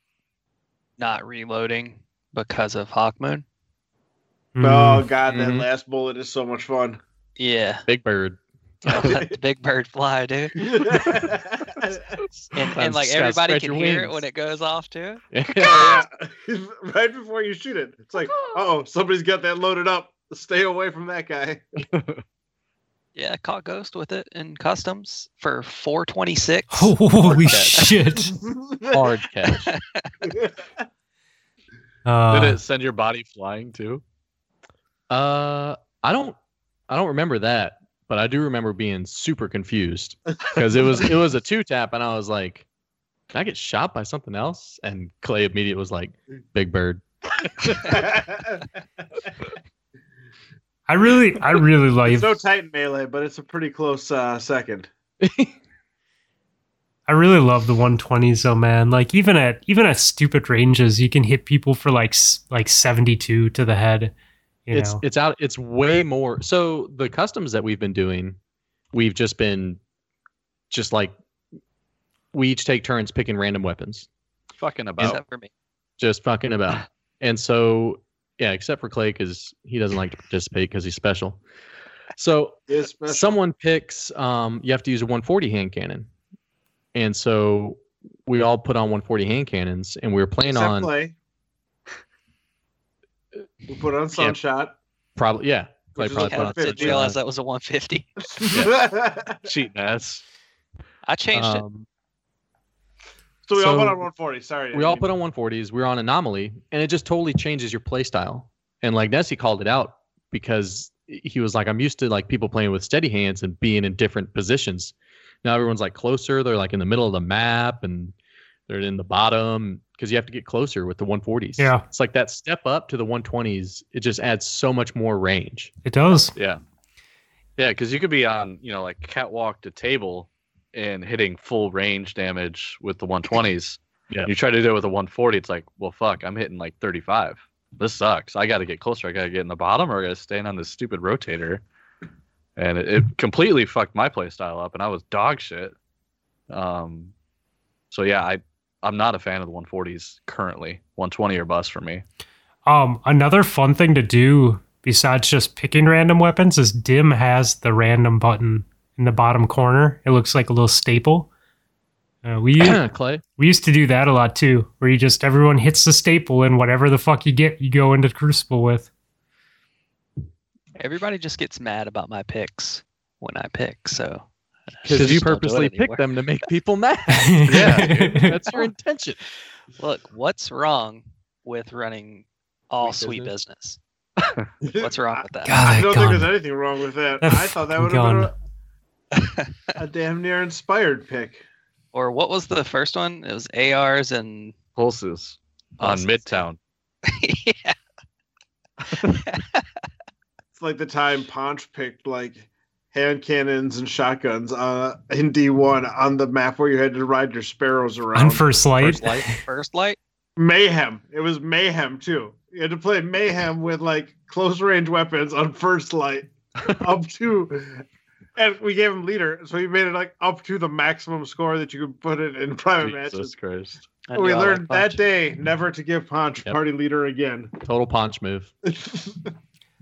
not reloading because of Hawkmoon.
Oh
Mm-hmm.
Mm,
god, that
Mhm.
last bullet is so much fun.
Yeah,
Big Bird.
let the big bird fly, dude. And, and
Sometimes
like
you gotta
everybody
spread
can
your
hear it
wings.
when it goes off too.
Yeah. right before you shoot it, it's like, oh, somebody's got that loaded up. Stay away from that guy.
Yeah, I caught Ghost with it in customs for 426.
Holy shit!
Hard catch.
Uh,
Did it send your body flying too?
Uh, I don't, I don't remember that, but I do remember being super confused because it was it was a two tap, and I was like, "Can I get shot by something else?" And Clay immediately was like, "Big Bird."
I really, I really like.
it's no Titan melee, but it's a pretty close uh, second.
I really love the 120s though, man. Like even at even at stupid ranges, you can hit people for like s- like 72 to the head. You
it's
know,
it's out. It's way more. So the customs that we've been doing, we've just been, just like, we each take turns picking random weapons.
Fucking about.
Except for me.
just fucking about. And so, yeah, except for Clay because he doesn't like to participate because he's special. So
It's special.
someone picks. Um, you have to use a 140 hand cannon, and so we all put on 140 hand cannons, and we were playing
Except
on
Clay. We put on Sunshot.
probably yeah. Clay
Which is a
probably put
Yeah,
Well,
on
I didn't
it's-
realize that was a 150.
Cheating ass.
I changed it.
Um,
so we all
So-
put on 140. Sorry.
we all put on 140s. We were on Anomaly, and it just totally changes your play style. And like Nessie called it out because he was like, I'm used to like people playing with steady hands and being in different positions. Now everyone's like closer. They're like in the middle of the map and they're in the bottom because you have to get closer with the 140s.
Yeah.
It's like that step up to the 120s. It just adds so much more range.
it does.
Yeah. Yeah, because you could be on, you know, like catwalk to table and hitting full range damage with the 120s.
Yeah.
You try to do it with a 140, it's like, well, fuck, I'm hitting like 35. This sucks. I got to get closer. I got to get in the bottom or I got to stand on this stupid rotator. And it, it completely fucked my playstyle up and I was dog shit. Um, so yeah, I, I'm not a fan of the 140s currently. 120 or bust for me.
Um, another fun thing to do besides just picking random weapons is Dim has the random button in the bottom corner. It looks like a little staple. Uh, we
Clay.
we used to do that a lot too, where you just everyone hits the staple and whatever the fuck you get, you go into Crucible with.
Everybody just gets mad about my picks when I pick, so. I
Because
just
you
don't do it
purposely
anymore.
picked them to make people mad. That's your intention.
Look, what's wrong with running all
Sweet
sweet business? What's wrong with that?
God,
I don't
gun.
think there's anything wrong with that.
That
I thought that would
fucking
have been a, a damn near inspired pick.
Or what was the first one? It was ARs and
Pulses on
Pulses.
Midtown.
yeah,
It's like the time Ponch picked like hand cannons and shotguns uh, in D1 on the map where you had to ride your sparrows
On
around.
first light,
first light, first light.
mayhem. It was mayhem too. You had to play mayhem with like close range weapons on first light up to, and we gave him leader, so he made it like up to the maximum score that you could put it in private
Jesus
matches.
Christ.
I
we
knew I
learned that
liked
day never to give Ponch
Yep.
party leader again.
Total paunch move.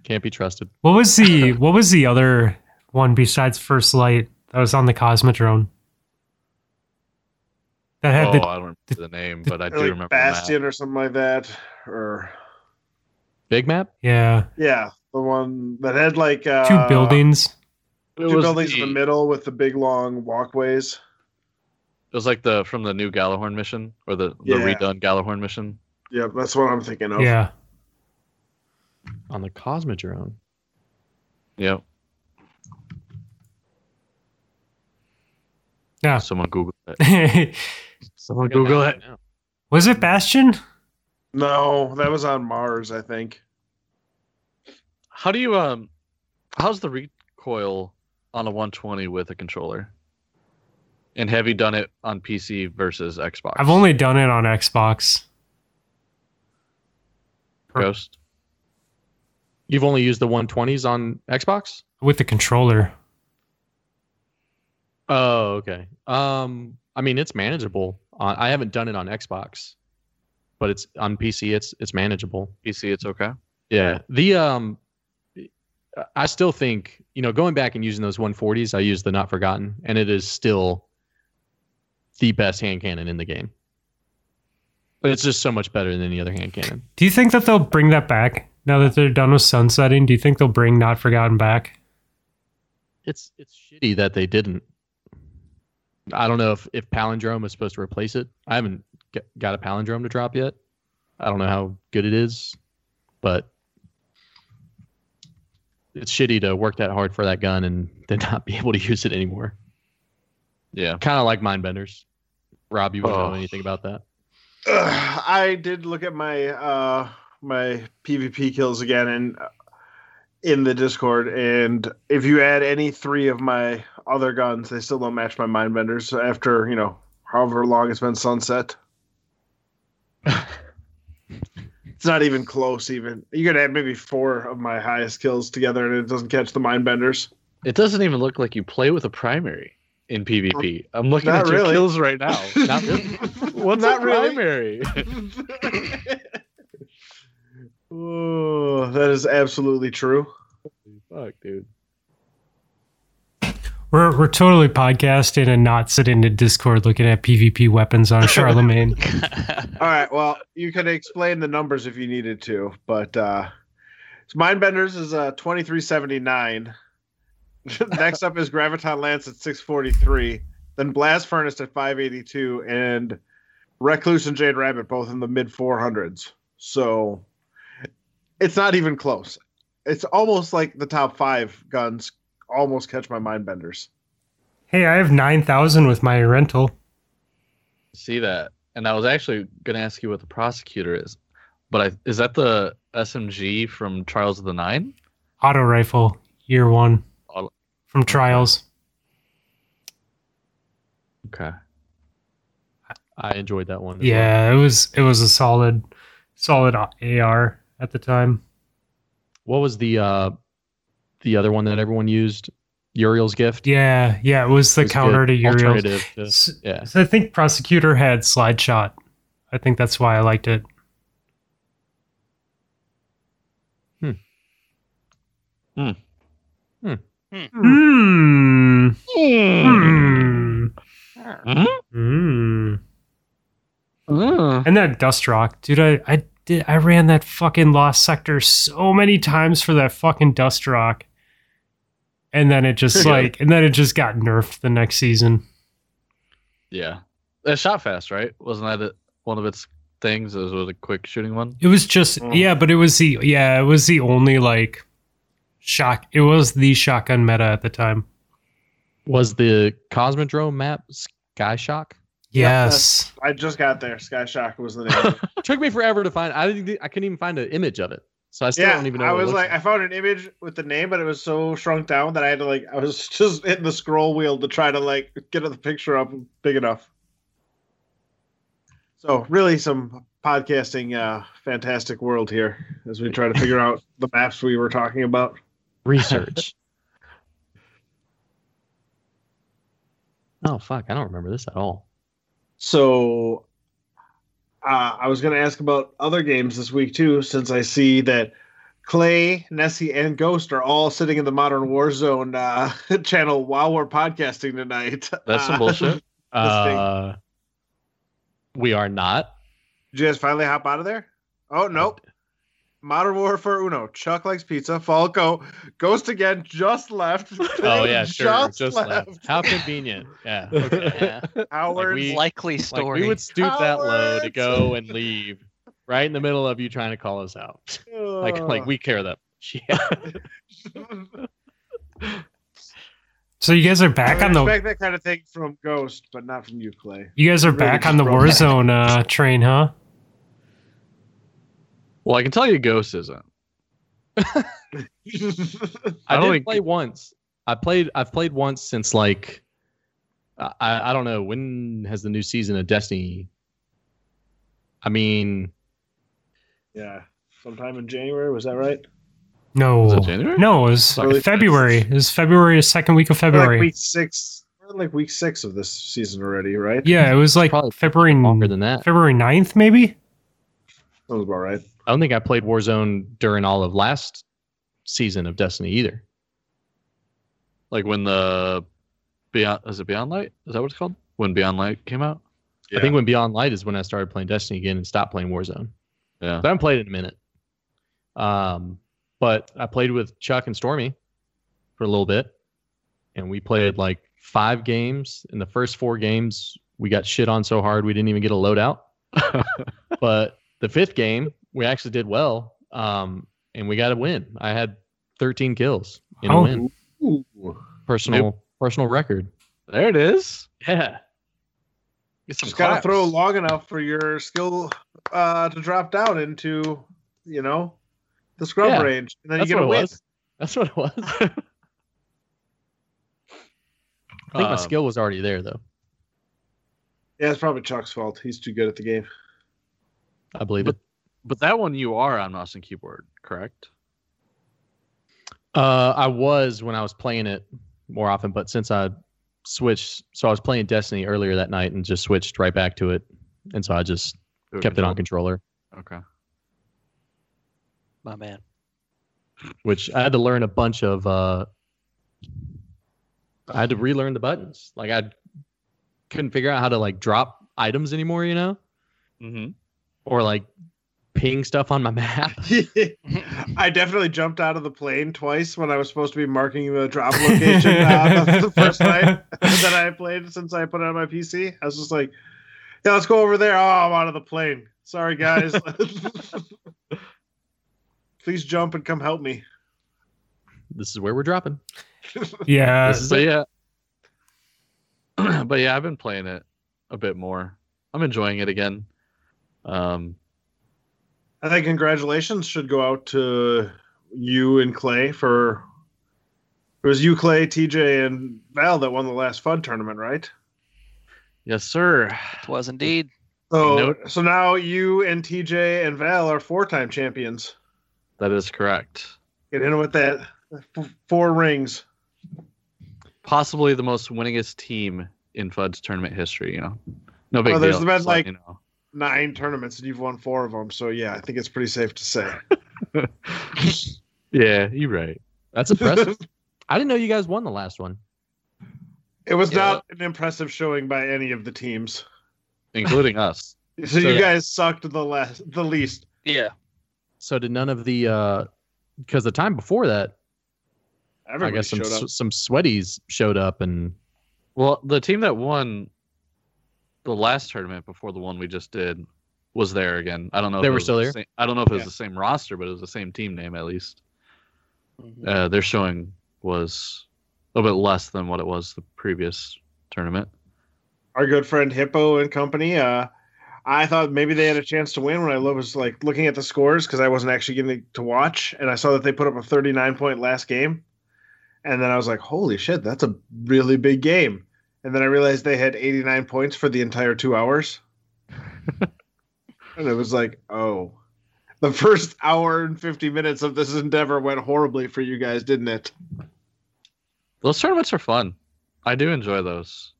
Can't be trusted.
What was the what was the other one besides First Light that was on the Cosmodrome? That
Oh,
had the
I don't remember the name, but I do
Or, like,
remember that.
Bastion or something like that, or
Big map?
yeah
yeah, the one that had like uh,
two buildings.
It
Two
was
buildings
the,
in the middle with the big long walkways.
It was like the from the new Gallahorn mission or the, the
Yeah.
redone Gallahorn mission.
Yeah, that's what I'm thinking of.
Yeah,
on the Cosmodrome.
Yep.
Yeah.
Someone Google it.
was
Someone Google it.
it Bastion?
No, that was on Mars, I think.
How do you um? How's the recoil on a 120 with a controller? And have you done it on PC versus Xbox?
I've only done it on Xbox.
Ghost.
You've only used the 120s on Xbox?
with the controller.
Oh, okay. Um, I mean, it's manageable. Uh, I haven't done it on Xbox, but it's on PC. It's it's manageable.
PC, it's okay.
Yeah. The um, I still think you know going back and using those 140s, I used the Not Forgotten, and it is still the best hand cannon in the game. But it's just so much better than any other hand cannon.
Do you think that they'll bring that back now that they're done with sunsetting? Do you think they'll bring Not Forgotten back?
It's it's shitty that they didn't. I don't know if if palindrome is supposed to replace it. I haven't g- got a palindrome to drop yet. I don't know how good it is, but it's shitty to work that hard for that gun and then not be able to use it anymore.
Yeah.
Kind of like mindbenders. Rob, you wouldn't
Oh.
know anything about that.
Ugh, I did look at my uh my PvP kills again and uh, in the Discord, and if you add any three of my other guns, they still don't match my mindbenders after you know however long it's been sunset. it's not even close. Even you could add maybe four of my highest kills together, and it doesn't catch the mindbenders.
It doesn't even look like you play with a primary in PvP. I'm looking
Not
at your
really.
kills right now.
Not really.
What's
Not
a
really.
primary?
oh, that is absolutely true.
Fuck, dude.
We're, we're totally podcasting and not sitting in Discord looking at PvP weapons on Charlemagne.
All right. Well, you could explain the numbers if you needed to, but uh, Mindbenders is uh, 2379. Next up is Graviton Lance at 643, then Blast Furnace at 582, and Recluse and Jade Rabbit both in the mid 400s. So it's not even close. It's almost like the top five guns almost catch my Mindbenders.
hey, I have 9,000 with my rental.
See that. And I was actually gonna ask you what the prosecutor is. But I, is that the SMG from Trials of the Nine?
Auto rifle, year one
Auto-
from Trials.
Okay.
I enjoyed that one. as well.
Yeah, it was it was a solid solid AR at the time.
What was the uh the other one that everyone used? Uriel's gift.
Yeah, yeah, it was the
Was good.
counter to Uriel's.
Alternative to-
S-
yeah.
So I think Prosecutor had slide shot. I think that's why I liked it.
Hmm.
Hmm.
Hmm.
Hmm. Hmm. Hmm. And that dust rock, dude. I I did. I ran that fucking lost sector so many times for that fucking dust rock, and then it just
Yeah.
like, and then it just got nerfed the next season.
Yeah. That shot fast, right? Wasn't that it, one of its things? It was a quick shooting one?
It was just
Mm.
yeah, but it was the yeah, it was the only like shock. It was the shotgun meta at the time.
Was the Cosmodrome map Sky Shock?
Yes,
I just got there. Sky Shock was the name.
Took me forever to find. I didn't. I couldn't even find an image of it. So I still
yeah,
don't even know.
I
what it
was
looks
like, I found an image with the name, but it was so shrunk down that I had to like, I was just hitting the scroll wheel to try to like get the picture up big enough. So really, some podcasting, uh, fantastic world here as we try to figure out the maps we were talking about.
research. oh fuck! I don't remember this at all.
So uh, I was going to ask about other games this week too, since I see that Clay, Nessie, and Ghost are all sitting in the Modern Warzone uh, channel while we're podcasting tonight.
That's
Uh,
some bullshit.
Uh, we are not.
Did you guys finally hop out of there? Oh nope. Modern Warfare Uno. Chuck likes pizza. Falco, Ghost again. Just left.
Oh yeah, sure. Just, left. How convenient. Yeah. Okay.
yeah.
Howard.
we-
Likely
Like,
story.
we would stoop that low to
Cowards.
go and leave right in the middle of you trying to call us out. Like,
Oh.
like we care that. much. Yeah.
so you guys are back
I
on the
expect that kind of thing from Ghost, but not from you, Clay.
you guys are
really
back on the
just broke.
Warzone uh, train, huh?
Well, I can tell you, Ghost isn't.
I,
I
did
don't
not
think-
play once. I played. I've played once since like, I I don't know when has the new season of Destiny. I mean,
yeah, sometime in January was that right?
No.
Was it January?
No, it was
Early-
February. It was February, second week of
We're
February.
Like week six, we're like week six of this season already, right?
yeah, it was like
Probably
February
Hmm.
longer than that.
February 9th, maybe.
Sounds about right.
I don't think I played Warzone during all of last season of Destiny either.
Like when the Beyond is it Beyond Light? Is that what it's called? When Beyond Light came out?
I think when Beyond Light is when I started playing Destiny again and stopped playing Warzone.
Yeah.
I haven't played in a minute. Um, but I played with Chuck and Stormy for a little bit, and we played like five games. In the first four games, we got shit on so hard we didn't even get a loadout. but the fifth game, we actually did well, um, and we got a win. I had 13 kills in
Oh.
a win,
Ooh.
personal personal record.
There it is.
Yeah,
Get some
Just gotta
claps.
throw long enough for your skill uh, to drop down into, you know, the scrub
Yeah.
range, and then
that's
you
what
get
it
a win.
was. That's what it was. I think my
Um,
skill was already there though.
Yeah, it's probably Chuck's fault. He's too good at the game.
I believe it.
But that one you are on mouse and keyboard, correct?
Uh, I was when I was playing it more often, but since I switched, so I was playing Destiny earlier that night and just switched right back to it, and so I just
Do a
kept it on controller,
Okay.
My man.
which I had to learn a bunch of. Uh, I had to relearn the buttons. Like I couldn't figure out how to like drop items anymore, you know,
Mm-hmm.
or like ping stuff on my map.
I definitely jumped out of the plane twice when I was supposed to be marking the drop location uh, the first night that I played since I put it on my PC. I was just like, yeah, let's go over there. Oh, I'm out of the plane. Sorry, guys. Please jump and come help me.
This is where we're dropping.
Yeah.
This is
But
it.
yeah. but yeah, I've been playing it a bit more. I'm enjoying it again. Um,
I think congratulations should go out to you and Clay for. It was you, Clay, TJ, and Val that won the last FUD tournament, right?
yes, sir.
It was indeed.
So,
Nope.
so now you and TJ and Val are four-time champions.
That is correct.
Get in with that. F- Four rings.
Possibly the most winningest team in FUD's tournament history. You know, no big
Well,
Oh,
deal.
there's been,
Just letting
like-
you know.
Nine tournaments, and you've won four of them. So yeah, I think it's pretty safe to say.
yeah, you're right.
That's impressive. I didn't know you guys won the last one.
It was
Yeah.
not an impressive showing by any of the teams.
Including us.
So,
So,
you
yeah.
guys sucked the last, the least.
Yeah.
So did none of the uh because the time before that,
Everybody
I guess some
showed up.
s- some sweaties showed up and
Well, the team that won the last tournament before the one we just did was there again. I don't know. if
They
it
were
was
still
the
there?
same- I don't know if it was
Yeah.
the same roster, but it was the same team name at least.
Mhm.
Uh, their showing was a little bit less than what it was the previous tournament.
our good friend Hippo and company. Uh, I thought maybe they had a chance to win when I was like looking at the scores because I wasn't actually getting to watch, and I saw that they put up a 39 point last game, and then I was like, "Holy shit, that's a really big game!" And then I realized they had 89 points for the entire two hours, and it was like, "Oh." The first hour and 50 minutes of this endeavor went horribly for you guys, didn't it?
Those tournaments are fun. I do enjoy those.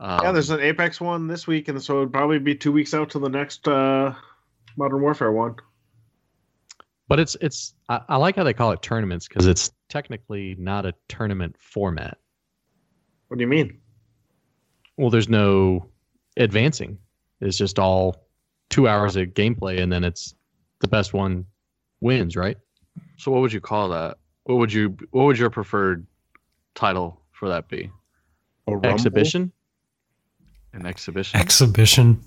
Um,
yeah, there's an Apex one this week, and so it'd probably be two weeks out till the next uh, Modern Warfare one.
but it's it's I, I like how they call it tournaments because it's technically not a tournament format.
What do you mean?
Well, there's no advancing. It's just all two hours of gameplay and then it's the best one wins, right?
So what would you call that? What would you what would your preferred title for that be?
Exhibition.
An exhibition?
Exhibition.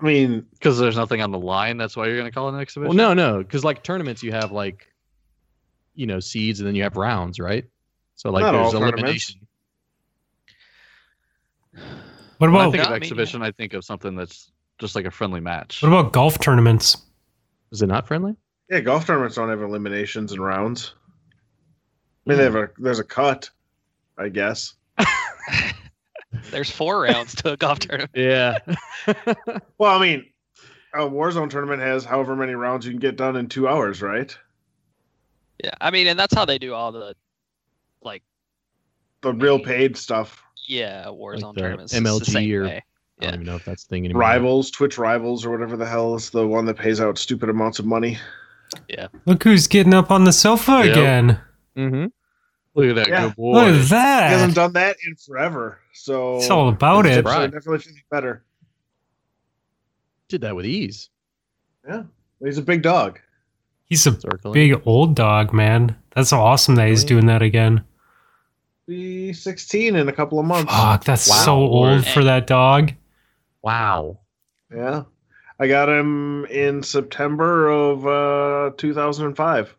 I mean,
Because there's nothing on the line, that's why you're gonna call it an exhibition?
Well, no, no, because like tournaments, you have like, you know, seeds, and then you have rounds, right? So like,
Not all
there's
tournaments.
elimination.
What
When I
about
think of
Yeah, I mean,
exhibition, I think of something that's just like a friendly match.
what about golf tournaments?
Is it not friendly?
Yeah, golf tournaments don't have eliminations and rounds. I mean, they have a, there's a cut, I guess.
There's four rounds to a golf tournament.
Yeah.
Well, I mean, a Warzone tournament has however many rounds you can get done in two hours, right?
Yeah, I mean, and that's how they do all the like
The real paid stuff,
yeah Warzone
the
tournaments. It's the
MLG
same
or-
way.
I don't even know if that's a thing anymore.
rivals, Twitch rivals, or whatever the hell is the one that pays out stupid amounts of money.
Look who's getting up on the sofa
Yep.
again.
Mm-hmm.
Look at that
Yeah.
good
Look
boy.
at
He
that.
hasn't done that in forever, so
Eh. It's all about
it's
it.
definitely-
Right.
Definitely feeling better.
Did that with ease.
He's a big dog.
He's a
Circling.
big old dog, man. That's awesome that he's doing that again.
Be 16 in a couple of months.
Fuck, that's
Wow.
so old for that dog.
Wow.
Yeah. I got him in September of uh, 2005.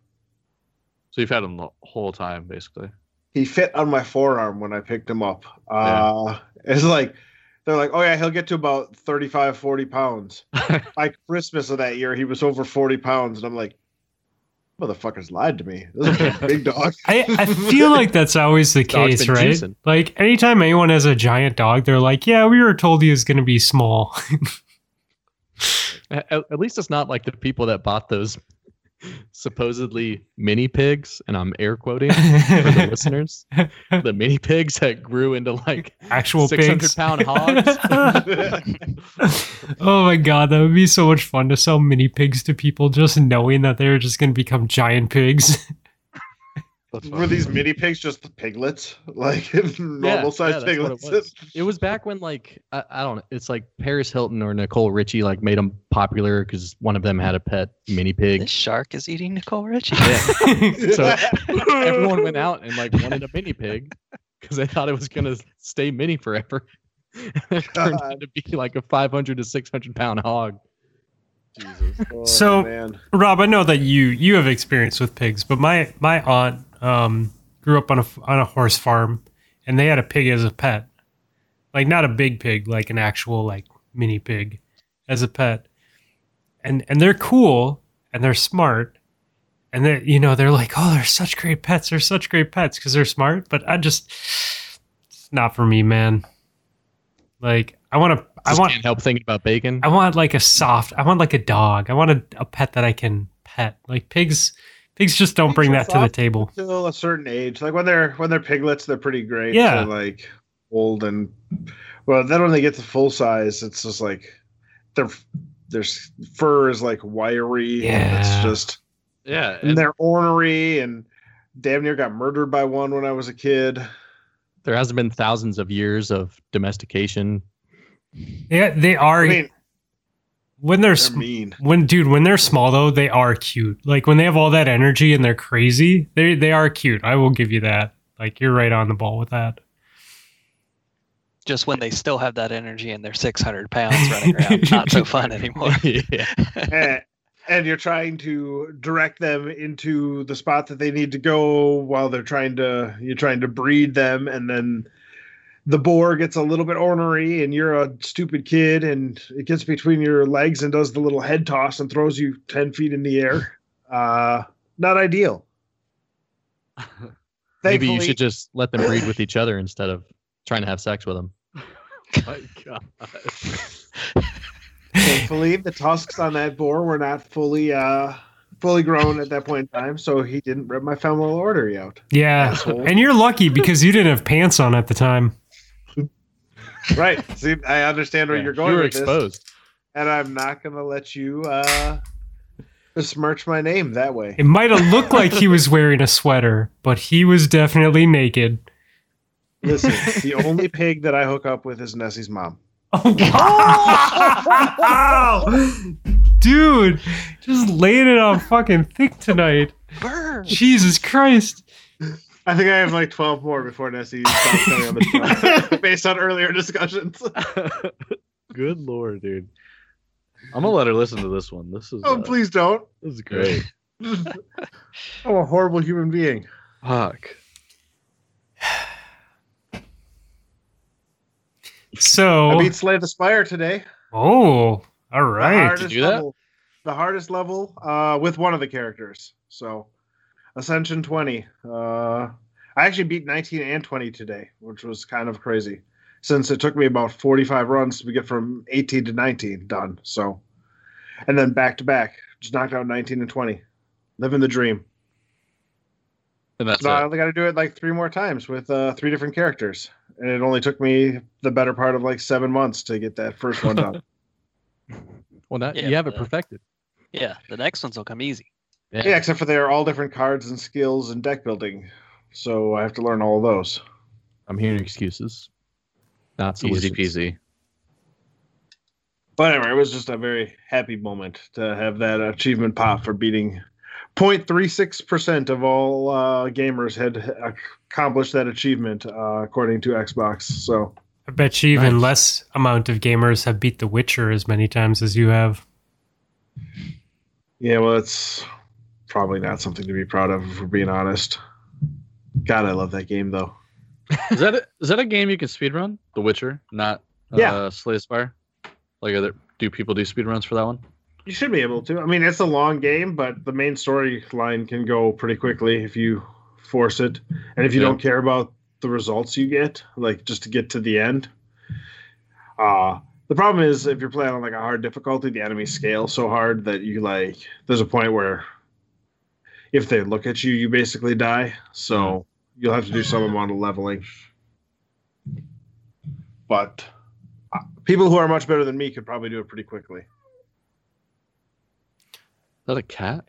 So you've had him the whole time, basically.
He fit on my forearm when I picked him up. Uh, It's like, they're like, oh, yeah, he'll get to about 35, 40 pounds. By Christmas of that year, he was over 40 pounds. And I'm like, motherfuckers lied to me. This is a big dog.
I, I feel like that's always the
Dog's
case,
been
right?
juicing.
Like anytime anyone has a giant dog, they're like, "Yeah, we were told he was going to be small."
At, at least it's not like the people that bought those supposedly mini pigs, and I'm air quoting for the listeners. The mini pigs that grew into like
Actual
600
pigs.
pound hogs.
oh my god, that would be so much fun to sell mini pigs to people, just knowing that they're just going to become giant pigs.
That's
Were these mini pigs just piglets? Like normal sized
that's what
piglets?
It was. It was back when like I, I don't know. It's like Paris Hilton or Nicole Richie like made them popular because one of them had a pet mini
This
pig.
shark is eating Nicole Richie.
So everyone went out and like wanted a mini pig because they thought it was gonna stay mini forever. it turned out
God.
to be like a 500 to 600 pound hog.
Jesus. Oh,
So-
man.
Rob, I know that you you have experience with pigs, but my my aunt um, grew up on a on a horse farm, and they had a pig as a pet, like not a big pig, like an actual like mini pig, as a pet, and and they're cool and they're smart, and they you know they're like oh they're such great pets they're such great pets because they're smart, but I just it's not for me, man. Like I want to I
Just
want
can't help thinking about bacon.
I want like a soft. I want like a dog. I want a, a pet that I can pet. Like pigs, pigs just don't
Pigs
bring
are
that to the
soft.
table.
Till a certain age, like when they're when they're piglets, they're pretty great.
Yeah.
They're, like old and well, then when they get to full size, it's just like their their s- fur is like wiry. And it's
Yeah.
just
Yeah.
and
And
they're ornery and damn near got murdered by one when I was a kid.
There hasn't been thousands of years of domestication.
Yeah, they are
I mean,
when they're,
they're
sm-
mean.
when dude when they're small though they are cute. Like when they have all that energy and they're crazy, they they are cute. I will give you that. Like you're right on the ball with that.
Just when they still have that energy and they're 600 pounds running around, not so fun anymore.
yeah.
and, and you're trying to direct them into the spot that they need to go while they're trying to you're trying to breed them and then the boar gets a little bit ornery and you're a stupid kid and it gets between your legs and does the little head toss and throws you 10 feet in the air uh not ideal
Maybe you
Thankfully-
should just let them breed with each other instead of trying to have sex with them.
my God.
Thankfully, the tusks on that boar were not fully uh fully grown at that point in time, so he didn't rip my femoral artery out.
Yeah,
Asshole.
and you're lucky because you didn't have pants on at the time.
Right. See, I understand where
Yeah,
you're going.
you were
with this.
exposed.
and I'm not gonna let you uh besmirch my name that way.
It might have looked like he was wearing a sweater, but he was definitely naked.
Listen, the only pig that I hook up with is Nessie's mom.
Oh, wow! Dude, just laying it on fucking thick tonight.
Burn!
Jesus Christ.
I think I have like twelve more before Nessie stops coming on the show, based on earlier discussions.
Good lord, dude. I'm gonna let her listen to this one. This is
Oh,
uh,
please don't.
this is great.
I'm a horrible human being.
Fuck.
So,
I beat Slay the Spire today.
oh, all
The
right.
hardest
oh,
do that?
level. the hardest level uh, with one of the characters. So, Ascension 20. Uh, I actually beat 19 and 20 today, which was kind of crazy since it took me about 45 runs to get from 18 to 19 done. So, and then back to back, just knocked out 19 and 20. Living the dream.
And that's
So I
it.
only got to do it like three more times with uh, three different characters. And it only took me the better part of like seven months to get that first one done.
Well, that
Yeah,
you have it
but-
perfected.
Yeah, the next ones will come easy.
Yeah, except for they're all different cards and skills and deck building. So I have to learn all of those.
I'm hearing excuses, not
Easy
solutions.
peasy.
But anyway, it was just a very happy moment to have that achievement pop for beating 0.36% of all uh, gamers had accomplished that achievement, uh, according to Xbox. So
I bet you even
Nice.
less amount of gamers have beat The Witcher as many times as you have.
Yeah, well, that's probably not something to be proud of, if we're being honest. God, I love that game, though.
Is that a, is that a game you can speedrun? The Witcher, not uh,
Yeah.
Slay the Spire. Like, are there, do people do speedruns for that one?
You should be able to. I mean, it's a long game, but the main storyline can go pretty quickly if you force it. And if you
Yeah.
don't care about the results you get, like just to get to the end. Uh, the problem is if you're playing on like a hard difficulty, the enemies scale so hard that you like there's a point where if they look at you, you basically die. So you'll have to do some amount of leveling. But uh, people who are much better than me could probably do it pretty quickly.
Is that a cat?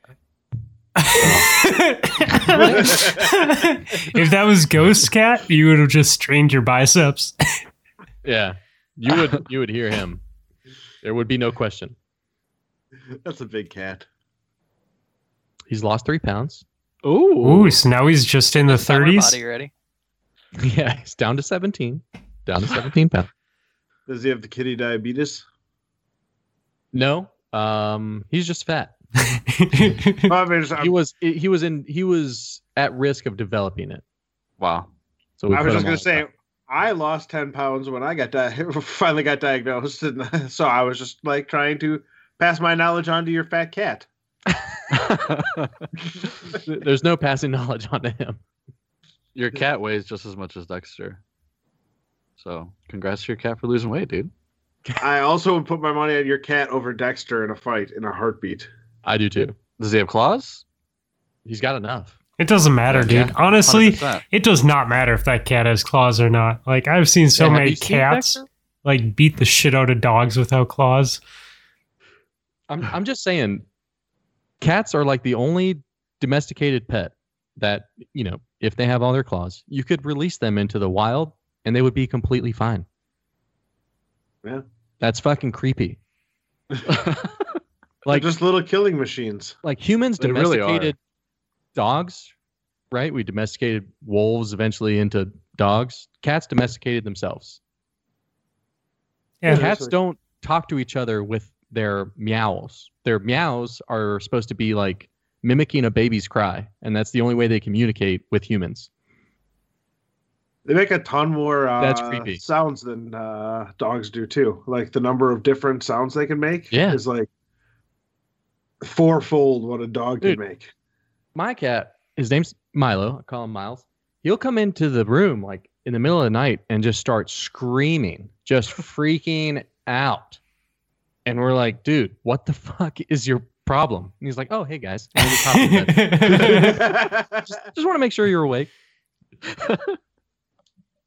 if that was Ghost Cat, you would have just strained your biceps.
Yeah, you would you would hear him. There would be no question.
That's a big cat.
He's lost three pounds. Oh,
Ooh, so now he's just in the
Is that my
30s.
Body ready?
yeah, he's down to seventeen. Down to seventeen pounds.
Does he have the kitty diabetes?
No, um, he's just fat.
Well, I mean, it's-
He was he was in he was at risk of developing it.
Wow.
So we
I was
put
just
him
gonna
on-
say, I lost ten pounds when I got di- finally got diagnosed, and so I was just like trying to pass my knowledge on to your fat cat.
There's no passing knowledge onto him.
Your cat weighs just as much as Dexter. So, congrats to your cat for losing weight, dude.
I also would put my money on your cat over Dexter in a fight in a heartbeat.
I do too.
Does he have claws?
He's got enough.
It doesn't matter,
Yeah.
dude. Honestly,
100%.
it does not matter if that cat has claws or not. Like I've seen so
Yeah, have
many
you seen
cats
Dexter?
like beat the shit out of dogs without claws.
I'm I'm just saying, cats are like the only domesticated pet that you know. If they have all their claws, you could release them into the wild, and they would be completely fine.
Yeah.
that's fucking creepy.
Like
like
just little killing machines.
like humans
They really
domesticated
are.
dogs, right? We domesticated wolves eventually into dogs. Cats domesticated themselves.
Yeah.
Cats
Seriously.
don't talk to each other with their meows. Their meows are supposed to be like mimicking a baby's cry, and that's the only way they communicate with humans.
They make a ton more uh,
That's creepy.
sounds than uh, dogs do too. Like the number of different sounds they can make
Yeah.
is like fourfold what a dog
Dude.
can make.
my cat, his name's Milo. I call him Miles. He'll come into the room like in the middle of the night and just start screaming, just freaking out. And we're like, dude, what the fuck is your problem? And he's like, oh, hey guys, And we just hop in bed. just want to make sure you're awake.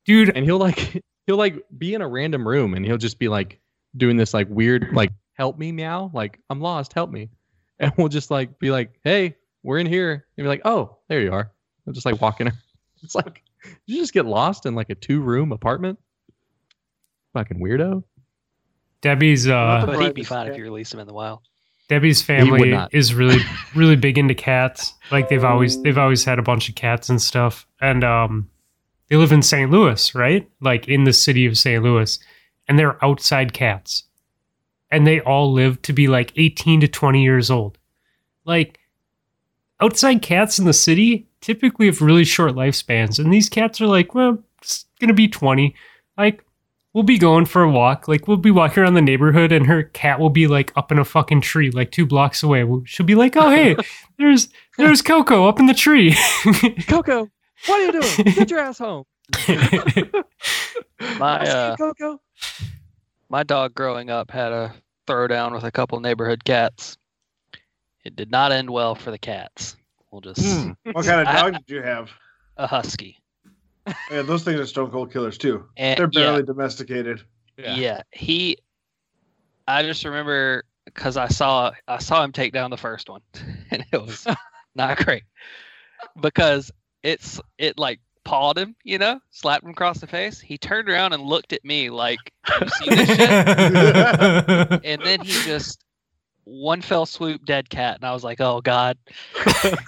Dude,
And he'll like, he'll like be in a random room and he'll just be like doing this like weird, like, help me meow, like, I'm lost, help me. And we'll just like be like, hey, we're in here. And be like, oh, there you are. I'm just like walking. It's like, did you just get lost in like a two room apartment? Fucking weirdo.
Debbie's uh
the-
But
Right,
he'd be
this
fine if
cat.
you release him in the wild.
Debbie's
would
family
not.
is really really big into cats. Like they've always they've always had a bunch of cats and stuff. And um they live in St. Louis, right? Like in the city of St. Louis. And they're outside cats. And they all live to be like 18 to 20 years old. Like outside cats in the city typically have really short lifespans and these cats are like, well, it's going to be 20. Like we'll be going for a walk. Like we'll be walking around the neighborhood, and her cat will be like up in a fucking tree, like two blocks away. We'll- She'll be like, "Oh hey, there's there's Coco up in the tree."
Coco, what are you doing? Get your ass home.
My
I'll see you,
uh,
Coco.
my dog growing up had a throwdown with a couple neighborhood cats. It did not end well for the cats. We'll just
Hmm.
What kind of
I-
dog did you have?
a husky.
Yeah, those things are stone cold killers too.
And,
They're
yeah,
barely domesticated.
yeah. he. I just remember because I saw I saw him take down the first one, and it was not great because it's it like pawed him, you know, slapped him across the face. He turned around and looked at me like, "You see this shit?" and then he just one fell swoop dead cat and i was like oh god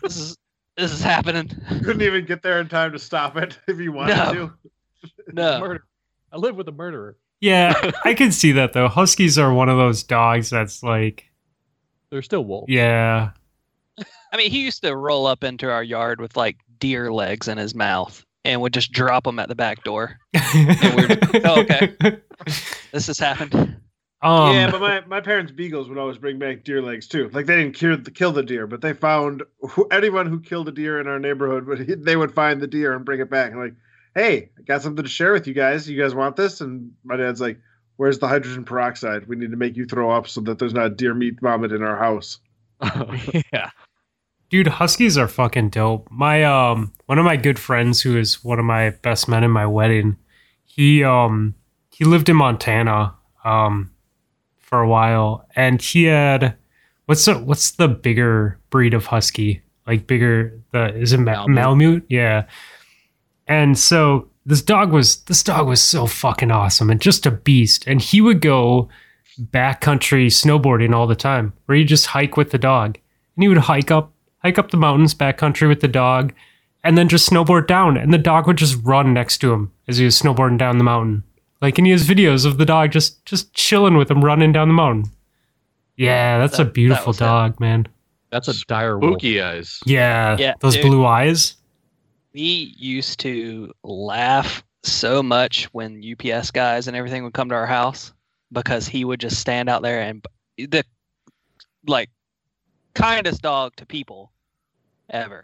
this is this is happening
Couldn't even get there in time to stop it if you wanted
No.
to.
no
Murder. I live with a murderer.
yeah, I can see that though. Huskies are one of those dogs that's like,
They're still wolves.
yeah,
i mean he used to roll up into our yard with like deer legs in his mouth and would just drop them at the back door we're- oh, okay. this has happened
Um,
yeah, but my, my parents' beagles would always bring back deer legs too. Like they didn't cure the, kill the deer, but they found who, anyone who killed a deer in our neighborhood would they would find the deer and bring it back. And like, hey, I got something to share with you guys. You guys want this? And my dad's like, "Where's the hydrogen peroxide? We need to make you throw up so that there's not deer meat vomit in our house."
yeah.
Dude, huskies are fucking dope. My um one of my good friends who is one of my best men in my wedding, he um he lived in Montana um for a while and he had what's the what's the bigger breed of husky? Like bigger the is it Ma-
Malamute.
Malamute? Yeah. And so this dog was this dog was so fucking awesome and just a beast and he would go backcountry snowboarding all the time where you just hike with the dog and he would hike up hike up the mountains backcountry with the dog and then just snowboard down and the dog would just run next to him as he was snowboarding down the mountain like and he has videos of the dog just just chilling with him running down the mountain yeah that's
That-
a beautiful
that was it.
dog man
That's a dire wolf.
Spooky eyes.
yeah,
Yeah,
those
dude.
blue eyes
we used to laugh so much when ups guys and everything would come to our house because he would just stand out there and the like kindest dog to people ever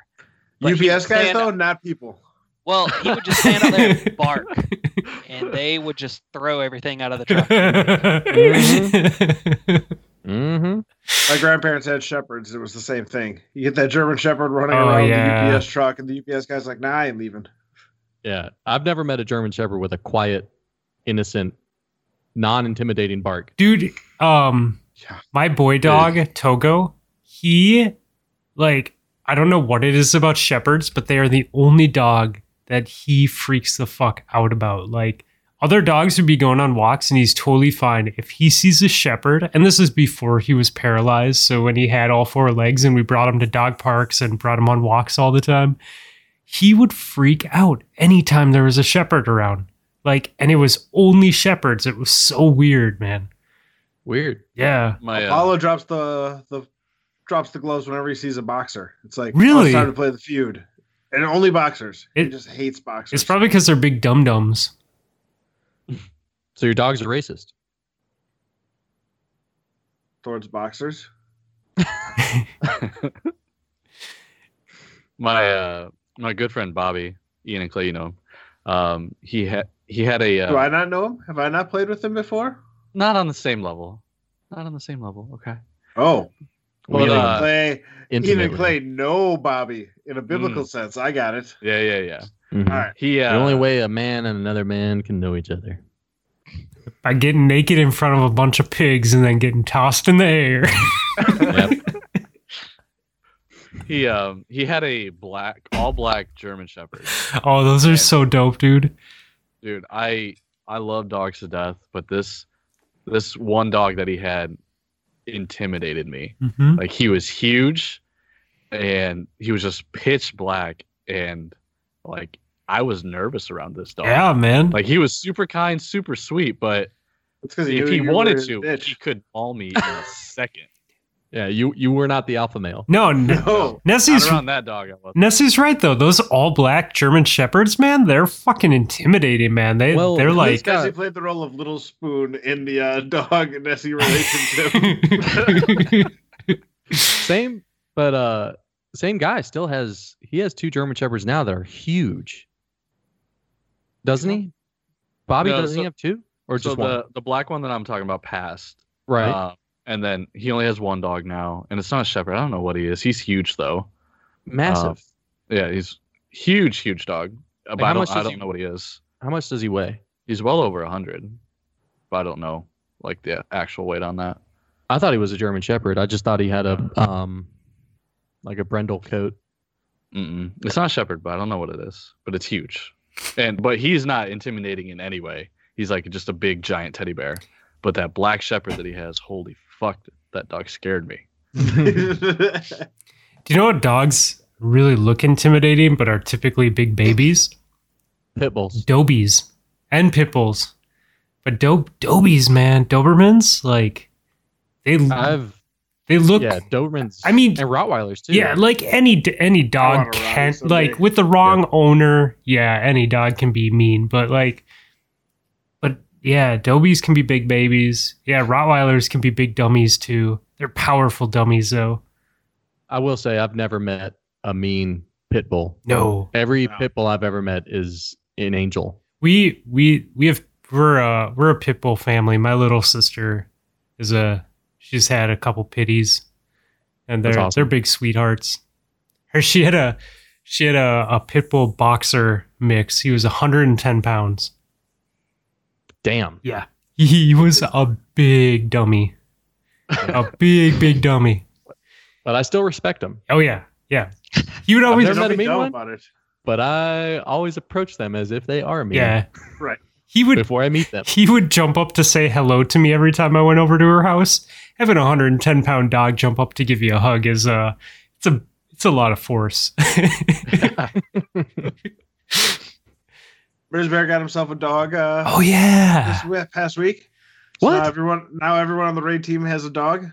But he
UPS
would
guys
stand-
though, not people.
Well, he would just stand out there and bark, and they would just throw everything out of the truck.
Mm-hmm.
My grandparents had shepherds. It was the same thing. You get that German shepherd running
Oh,
around
yeah.
the UPS truck, and the UPS guy's like, "Nah, I ain't leaving."
Yeah. I've never met a German Shepherd with a quiet, innocent, non-intimidating bark.
dude um
Yeah.
my boy dog togo he like i don't know what it is about shepherds but they are the only dog that he freaks the fuck out about like other dogs would be going on walks and he's totally fine if he sees a shepherd and this is before he was paralyzed so when he had all four legs and we brought him to dog parks and brought him on walks all the time he would freak out anytime there was a shepherd around like and it was only shepherds it was so weird man
Weird.
yeah.
My uh,
Apollo drops the the drops the gloves whenever he sees a boxer. It's like
Really?
oh, it's time to play the feud, and only boxers.
It-
he just hates boxers.
It's probably because they're big dum dums.
So your dogs are racist.
towards boxers.
my uh, my good friend Bobby Ian and Clay, you know, um, he had he had a uh,
Do I not know him? Have I not played with him before?
not on the same level, not on the same level. Okay.
Oh,
Well,
Really
uh,
Clay,
intimate
even
with
Clay,
them.
no Bobby in a biblical sense. I got it.
Yeah, yeah, yeah.
Mhm.
All right,
He uh,
The only way a man and another man can know each other.
By getting naked in front of a bunch of pigs and then getting tossed in the air.
he um he had a black all black German Shepherd.
oh, those are so dope, dude.
Dude, I I love dogs to death, but this this one dog that he had intimidated me.
hmm
like he was huge and he was just pitch black and like i was nervous around this dog
Yeah, man.
like he was super kind super sweet but
it's because
if he wanted to he could maul me in a second
Yeah, you you were not the alpha male.
No, N-
No.
Nessie's
Not around that dog. I was.
Nessie's right though. Those all black German shepherds, man, they're fucking intimidating, man. They
Well,
they're
who's
like
got-
Nessie played the role of Little Spoon in the uh, dog and Nessie relationship.
Same, but uh, same guy still has he has two German shepherds now that are huge. Doesn't he? Bobby
No,
doesn't
so-
he have two or
so
just one?
the the black one that I'm talking about passed.
right.
Uh, and then he only has one dog now, and it's not a shepherd. I don't know what he is. He's huge though.
Massive.
Yeah, he's huge, huge dog. Uh, But
how
I
much
don't, I
does
don't
he-
know what he is.
How much does he weigh?
He's well over hundred, but I don't know like the actual weight on that.
I thought he was a German shepherd. I just thought he had a um, like a Brendel coat.
Mm-mm. It's not shepherd, but I don't know what it is. But it's huge, and but he's not intimidating in any way. He's like just a big giant teddy bear. But that black shepherd that he has, holy fuck, that dog scared me.
Oh, Do you know what dogs really look intimidating but are typically big babies?
Pit bulls.
Dobies and pit bulls. But dope dobies, man, Dobermans, like they
I've
they look
yeah Dobermans.
I mean-
and Rottweilers too.
Yeah, like any d- any dog
want a
can
Rottweiler
like
someday.
with the wrong owner, yeah, any dog can be mean, but like but yeah, dobies can be big babies. Yeah, Rottweilers can be big dummies too. They're powerful dummies though.
I will say I've never met a mean pit bull.
No.
Every
No.
pit bull I've ever met is an angel.
We we we have we're uh we're a pit bull family. My little sister is a she's had a couple pitties and they're
That's awesome.
they're big sweethearts. Her she had a she had a, a pit bull boxer mix. He was 110 pounds.
Damn.
Yeah. He was a big dummy. a big, big dummy.
But I still respect him.
Oh, yeah. Yeah. He would always.
never
Don't
met
be
a mean
dumb
one?
about it.
But I always approach them as if they are me.
yeah.
Right.
He would.
Before I meet them.
He would jump up to say hello to me every time I went over to her house. Having a 110 pound dog jump up to give you a hug is uh it's a it's a lot of force.
Bruce Bear got himself a dog uh,
oh yeah,
this we- past week.
What?
So now everyone now everyone on the raid team has a dog.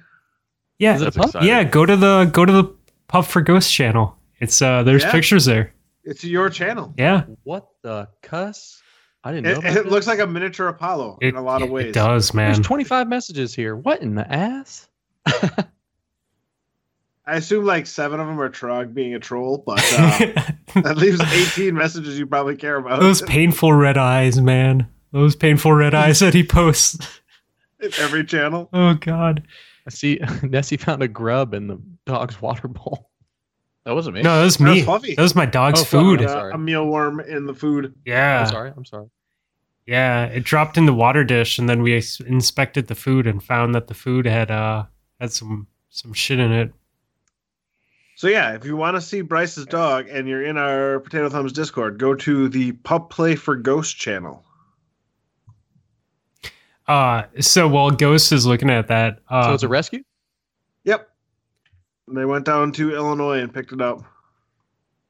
yeah,
Is it a
That's
pup?
exciting.
yeah. Go to the go to the Puff for Ghost channel. It's uh there's
Yeah.
pictures there.
It's your channel.
Yeah,
What the cuss? I didn't know.
It,
about
it looks like
this.
a miniature Apollo in a lot of ways.
It does, man.
there's 25 messages here. What in the ass?
I assume like seven of them are Trog being a troll, but uh, that leaves 18 messages you probably care about.
Those painful red eyes, man. Those painful red eyes that he posts.
Every channel.
Oh God.
I see Nessie found a grub in the dog's water bowl.
That wasn't me.
No, that was
That was
me. That was,
Fluffy.
my dog's
Oh, Fluffy,
food.
yeah.
Uh,
sorry.
a mealworm in the food.
Yeah.
I'm sorry. I'm sorry.
Yeah. It dropped in the water dish, and then we ex- inspected the food and found that the food had uh had some some shit in it.
So yeah, if you want to see Bryce's dog and you're in our Potato Thumbs Discord, go to the Pup Play for Ghost channel.
Uh, so while Ghost is looking at that, uh,
so it's a rescue?
Yep. And they went down to Illinois and picked it up.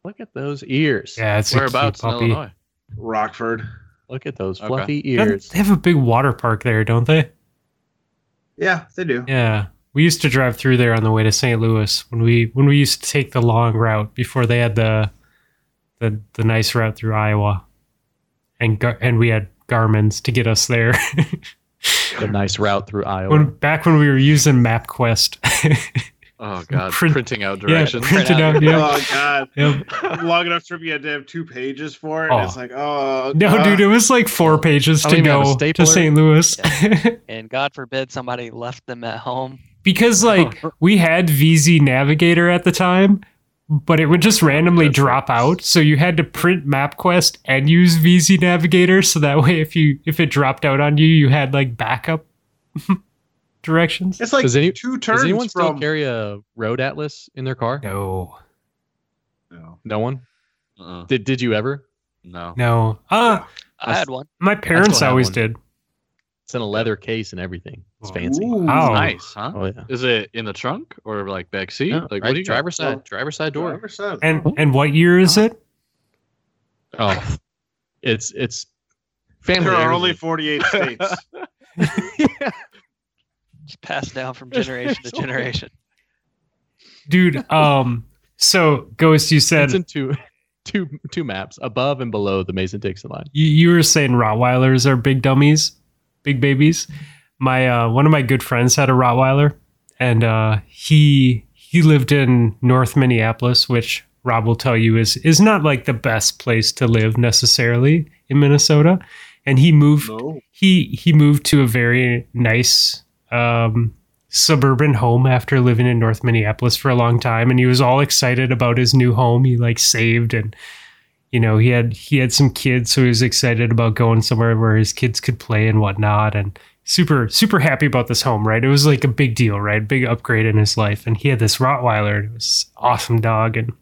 Look at those ears.
yeah, it's a cute
Whereabouts in
puppy.
Illinois?
Rockford.
Look at those
Okay.
fluffy
Don't-
ears.
They have a big water park there, don't they?
Yeah, they do.
Yeah. We used to drive through there on the way to St. Louis when we when we used to take the long route before they had the the the nice route through Iowa. And Gar- and we had Garmin's to get us there.
A nice route through Iowa.
when back when we were using MapQuest.
Oh god,
Print-
printing out
yeah,
directions.
printed out. Yeah.
Oh god.
Yep.
Long enough trip you had to have two pages for it.
Oh.
And it's like, oh
No,
God.
dude, it was like four pages
Uh, I
to
don't even have a
go to
stapler.
St. Louis.
and God forbid somebody left them at home.
because like we had VZ Navigator at the time, but it would just randomly
that's
drop
nice.
out. So you had to print MapQuest and use VZ Navigator, so that way if you if it dropped out on you, you had like backup directions.
It's like
Does any-
two turns
Does anyone still
from
carry a road atlas in their car?
No,
No.
No one.
Uh-uh.
Did Did you ever?
No.
no. Uh
I had one.
my parents
have
always
one.
did.
It's in a leather case and everything. It's
Oh.
fancy.
Ooh.
Wow.
Nice, huh?
Oh yeah.
Is it in the trunk or like back seat?
No,
like
like
what do
right,
you got?
driver's side, driver's side door.
Driver's side.
And and what year is it?
Oh, it's it's family.
There are
heirloom.
only 48 states.
It's passed down from generation to generation.
dude. Um, so Ghost, you said
It's in two, two, two maps above and below the Mason Dixon line.
you, Uh, you were saying Rottweilers are big dummies, big babies. My uh, one of my good friends had a Rottweiler, and uh, he he lived in North Minneapolis, which Rob will tell you is is not like the best place to live necessarily in Minnesota. And he moved
No.
he he moved to a very nice um, suburban home after living in North Minneapolis for a long time, and he was all excited about his new home. He like saved and you know he had he had some kids, so he was excited about going somewhere where his kids could play and whatnot, and super super happy about this home. Right, it was like a big deal, right, big upgrade in his life, and he had this Rottweiler. and It was awesome dog, and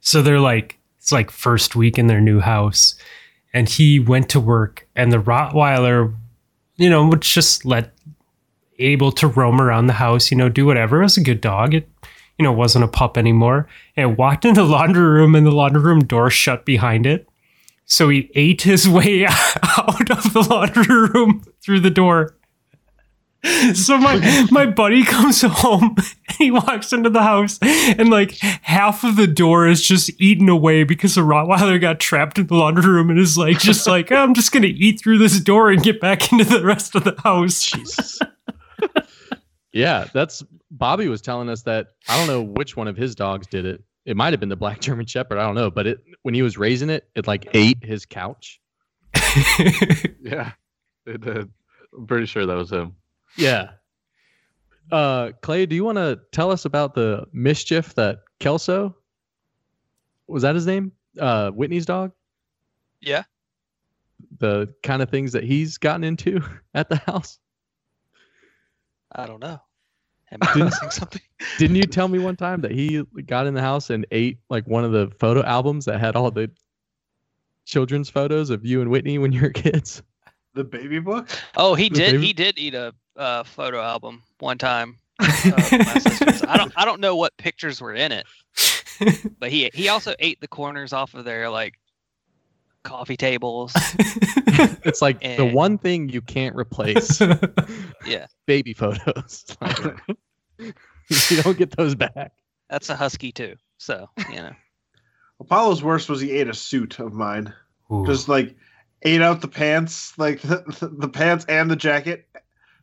so they're like it's like first week in their new house and he went to work and the rottweiler you know was just let able to roam around the house you know do whatever it was a good dog it you know wasn't a pup anymore and it walked in the laundry room and the laundry room door shut behind it so he ate his way out of the laundry room through the door so my my buddy comes home and he walks into the house and like half of the door is just eaten away because the Rottweiler got trapped in the laundry room and is like just like I'm just gonna eat through this door and get back into the rest of the house.
Yeah, that's Bobby was telling us that I don't know which one of his dogs did it. It might have been the black German Shepherd. I don't know, but it when he was raising it, it like ate his couch.
Yeah, it did. I'm pretty sure that was him.
Yeah. Uh, Clay, do you want to tell us about the mischief that Kelso was that his name? Uh, Whitney's dog.
Yeah.
The kind of things that he's gotten into at the house.
I don't know. Am I missing something?
Didn't you tell me one time that he got in the house and ate like one of the photo albums that had all the children's photos of you and Whitney when you were kids?
The baby book?
Oh, he
The
did.
baby-
He did eat a uh, photo album one time. uh, with my sisters. I don't. I don't know what pictures were in it, but he he also ate the corners off of their like coffee tables.
It's like the
Eh.
one thing you can't replace
Yeah,
baby photos. Like, you don't get those back.
that's a husky too. So you know,
Apollo's worst was he ate a suit of mine.
Ooh.
Just like ate out the pants, like the, the pants and the jacket.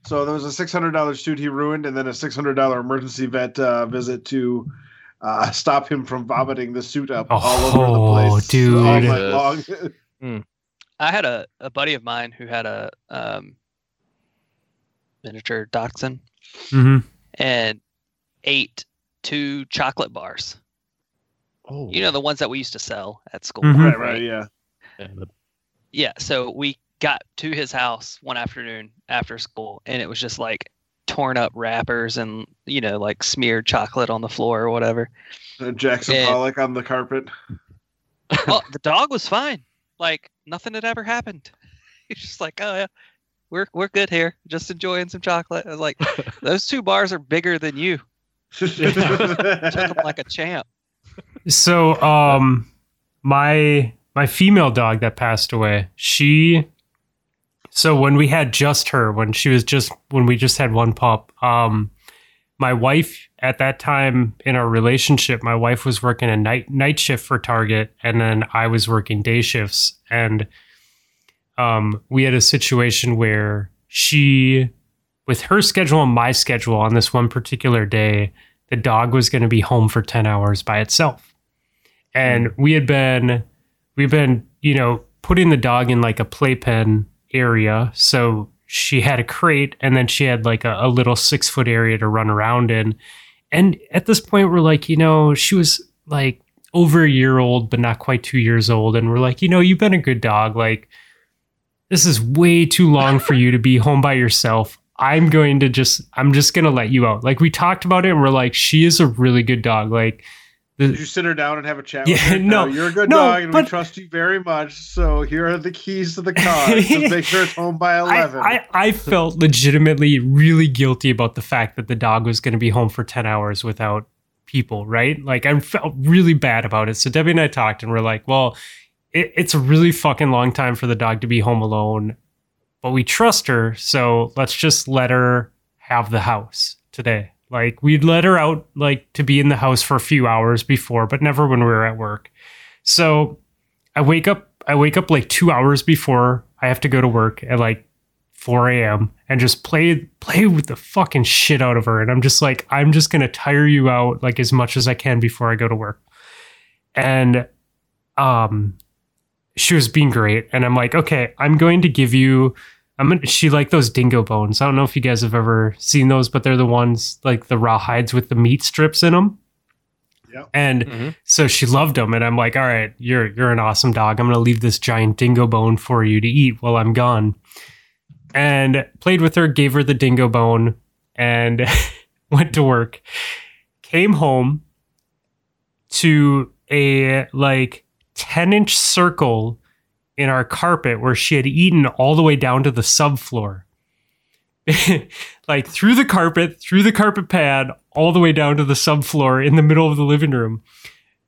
So there was a six hundred dollar suit he ruined, and then a six hundred dollar emergency vet uh, visit to uh, stop him from vomiting the suit up all over
Oh,
the place.
dude.
all night
Yes.
long.
I had a, a buddy of mine who had a um, miniature dachshund
Mhm.
and ate two chocolate bars.
Oh,
You know the ones that we used to sell at school.
Mhm.
right, right, yeah.
And the-
Yeah, so we got to his house one afternoon after school, and it was just like torn up wrappers and you know like smeared chocolate on the floor or whatever.
Uh, Jackson
Yeah.
Pollock on the carpet.
well, the dog was fine, like nothing had ever happened. He's just like, oh yeah, we're we're good here, just enjoying some chocolate. I was like, those two bars are bigger than you. Took 'em like a champ.
So um my my female dog that passed away, she so when we had just her, when she was just when we just had one pup, um my wife at that time in our relationship, my wife was working a night night shift for Target and then I was working day shifts and um we had a situation where she with her schedule and my schedule on this one particular day, the dog was going to be home for 10 hours by itself. And we had been, we've been, you know, putting the dog in like a playpen area. So she had a crate and then she had like a, a little six foot area to run around in. And at this point, we're like, you know, she was like over a year old, but not quite two years old. And we're like, you know, you've been a good dog. Like, this is way too long for you to be home by yourself. I'm going to just, I'm just going to let you out. Like, we talked about it and we're like, she is a really good dog. Like,
Did you sit her down and have a chat? with
Yeah,
her?
no,
you're a good
no,
dog, and
but-
we trust you very much. So here are the keys to the car. Just make sure it's home by
I,
eleven.
I, I felt legitimately really guilty about the fact that the dog was going to be home for 10 hours without people, right? Like, I felt really bad about it. So, Debbie and I talked, and we're like, well, it, it's a really fucking long time for the dog to be home alone, but we trust her. So, let's just let her have the house today. Like we'd let her out like to be in the house for a few hours before, but never when we were at work. So I wake up I wake up like two hours before I have to go to work at like 4 a.m. and just play play with the fucking shit out of her. And I'm just like, I'm just gonna tire you out like as much as I can before I go to work. And um she was being great. And I'm like, okay, I'm going to give you I'm gonna, she liked those dingo bones. I don't know if you guys have ever seen those, but they're the ones like the raw hides with the meat strips in them.
Yep.
And
Mhm.
so she loved them, and I'm like, all right, you're you're an awesome dog. I'm gonna leave this giant dingo bone for you to eat while I'm gone. And played with her, gave her the dingo bone, and went to work. Came home to a like 10 inch circle in our carpet where she had eaten all the way down to the subfloor. like through the carpet, through the carpet pad, all the way down to the subfloor in the middle of the living room.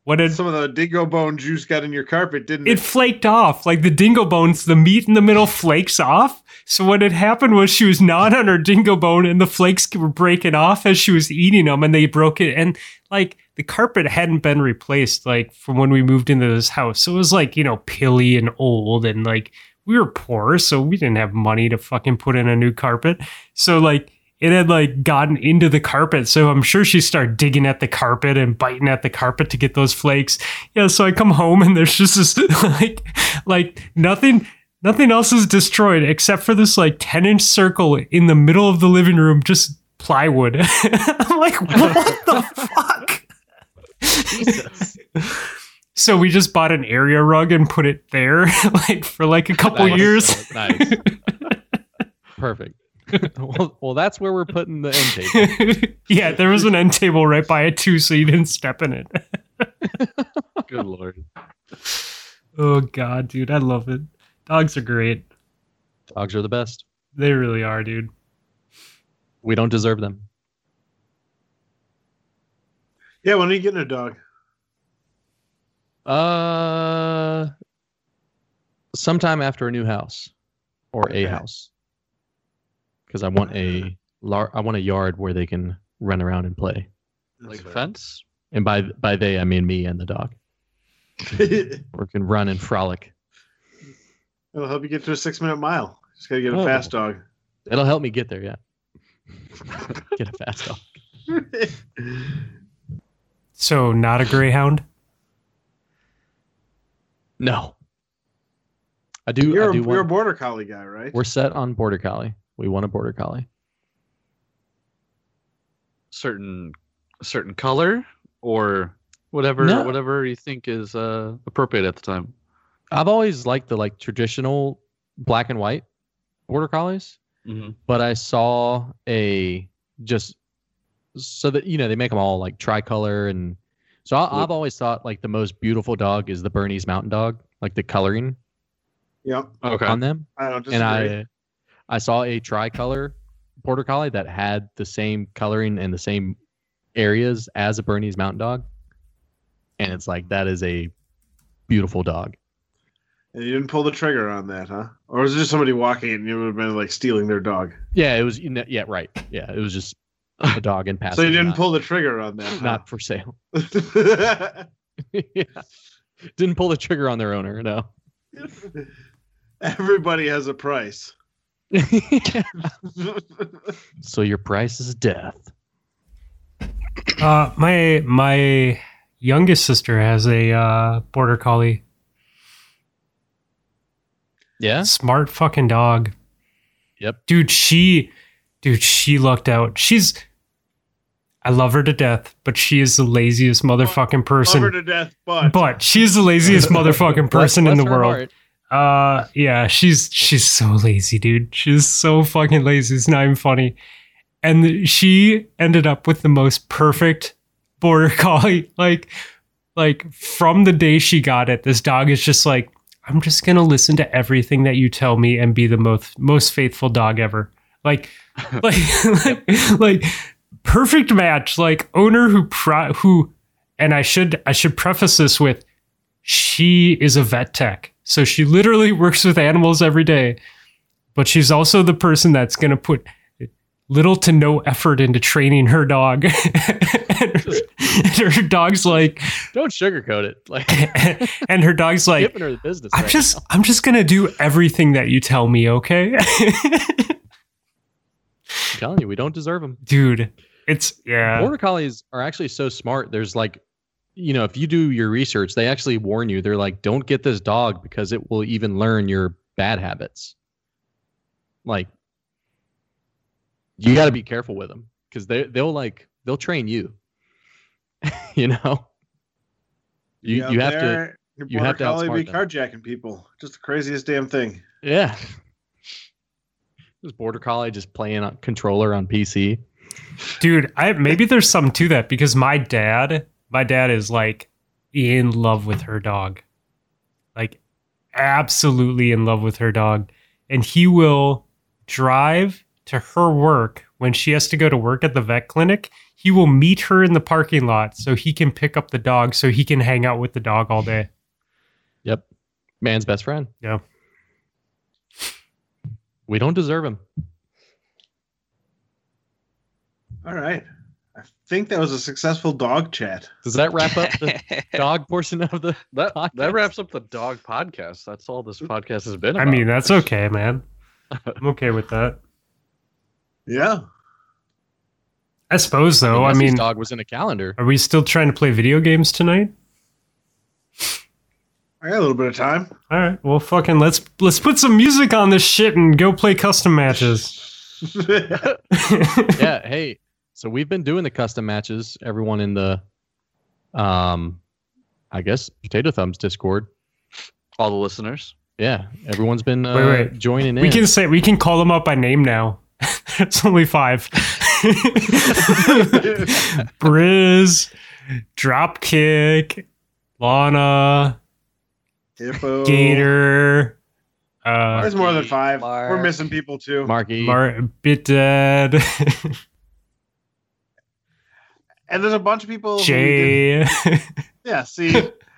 What had
Some of the dingo bone juice got in your carpet, didn't
it
it?
flaked off like the dingo bones the meat in the middle flakes off so what had happened was she was gnawing on her dingo bone and the flakes were breaking off as she was eating them and they broke it and like the carpet hadn't been replaced like from when we moved into this house so it was like you know pilly and old and like we were poor so we didn't have money to fucking put in a new carpet so like it had like gotten into the carpet so i'm sure she started digging at the carpet and biting at the carpet to get those flakes yeah, so I come home and there's just this like like nothing nothing else is destroyed except for this like 10 inch circle in the middle of the living room, just plywood. I'm like, what the fuck?
Jesus.
So we just bought an area rug and put it there like for like a couple
Nice.
years.
Nice. Perfect. well, well, that's where we're putting the end table.
yeah, there was an end table right by it too, so you didn't step in it.
Good lord.
Oh god, dude, I love it. Dogs are great.
Dogs are the best.
They really are, dude.
We don't deserve them.
yeah, when are you getting a dog?
Uh, sometime after a new house or
Okay.
a house, because I want a lar- I want a yard where they can run around and play.
Like
That's
fence?
And by by they, I mean me and the dog.
fair.
We can run and frolic.
It'll help you get to a six minute mile. Just gotta get a
Oh.
fast dog.
It'll help me get there. Yeah, get a fast dog.
So not a greyhound?
No, I do.
you're
I
a,
do
you're a
want,
border collie guy, right?
we're set on border collie. We want a border collie.
Certain certain color or whatever
No.
whatever you think is uh, appropriate at the time.
I've always liked the like traditional black and white border collies.
Mhm.
but I saw a just so that you know they make them all like tricolor and so I, I've always thought like the most beautiful dog is the Bernese Mountain Dog, like the coloring
Yep.
Okay.
on them.
I don't disagree.
And I I saw a tricolor border collie that had the same coloring and the same areas as a Bernese Mountain Dog, and it's like that is a beautiful dog.
And you didn't pull the trigger on that, huh? Or was it just somebody walking and you would have been like stealing their dog?
Yeah, it was. You know, yeah, right. Yeah, it was just a dog in passing.
so you didn't
not-
pull the trigger on that.
not for sale.
huh?
yeah. Didn't pull the trigger on their owner, no.
Everybody has a price.
so your price is death.
Uh, my my youngest sister has a uh, border collie,
Yeah.
smart fucking dog.
Yep.
dude, she, dude, she lucked out. She's, I love her to death, but she is the laziest motherfucking
Love her
person.
to death, but,
But she's the laziest motherfucking person in the world. Uh, yeah, she's she's so lazy, dude. She's so fucking lazy. It's not even funny. And th- she ended up with the most perfect border collie. Like, like from the day she got it, this dog is just like, I'm just gonna listen to everything that you tell me and be the most most faithful dog ever. Like, like, like, like perfect match. Like owner who pro who, and I should I should preface this with she is a vet tech. So she literally works with animals every day, but she's also the person that's going to put little to no effort into training her dog. and, her, and her dog's like,
Don't sugarcoat it. Like
and her dog's like,
giving her the business.
I'm
right
just, I'm just gonna do everything that you tell me, okay,
now. I'm telling you, we don't deserve them.
dude. It's yeah,
Border collies are actually so smart. There's like, you know, if you do your research, they actually warn you. They're like, don't get this dog because it will even learn your bad habits. Like, you got to be careful with them because they they'll like they'll train you. you know, you
Out
you have to
there, your
you
border
have to
collie be
outsmart
carjacking people. Just the craziest damn thing.
yeah. This border collie just playing on controller on PC.
dude. I maybe there's some to that because my dad, my dad is like in love with her dog, like absolutely in love with her dog, and he will drive to her work when she has to go to work at the vet clinic. He will meet her in the parking lot so he can pick up the dog so he can hang out with the dog all day.
Yep, man's best friend.
Yeah.
We don't deserve him.
All right. I think that was a successful dog chat.
Does that wrap up the dog portion of the?
That
Podcast.
that wraps up the dog podcast. That's all this podcast has been.
I
About.
mean, that's okay, man. I'm okay with that.
Yeah.
I suppose though. I
Jesse's
mean,
dog was in a calendar.
are we still trying to play video games tonight?
I got a little bit of time.
All right. Well, fucking let's let's put some music on this shit and go play custom matches.
yeah. Hey, so we've been doing the custom matches. Everyone in the, um, I guess Potato Thumbs Discord.
all the listeners.
Yeah, everyone's been uh,
Wait, wait.
joining in.
we can say we can call them up by name now. it's only five. Briz, Dropkick, Lana,
Hippo.
Gator, uh,
There's more than
Marky,
five. We're
Mark.
missing people too.
Marky,
Mar- Bit Dead,
And there's a bunch of people. who Oh, we didn't-
Jay.
Yeah. See,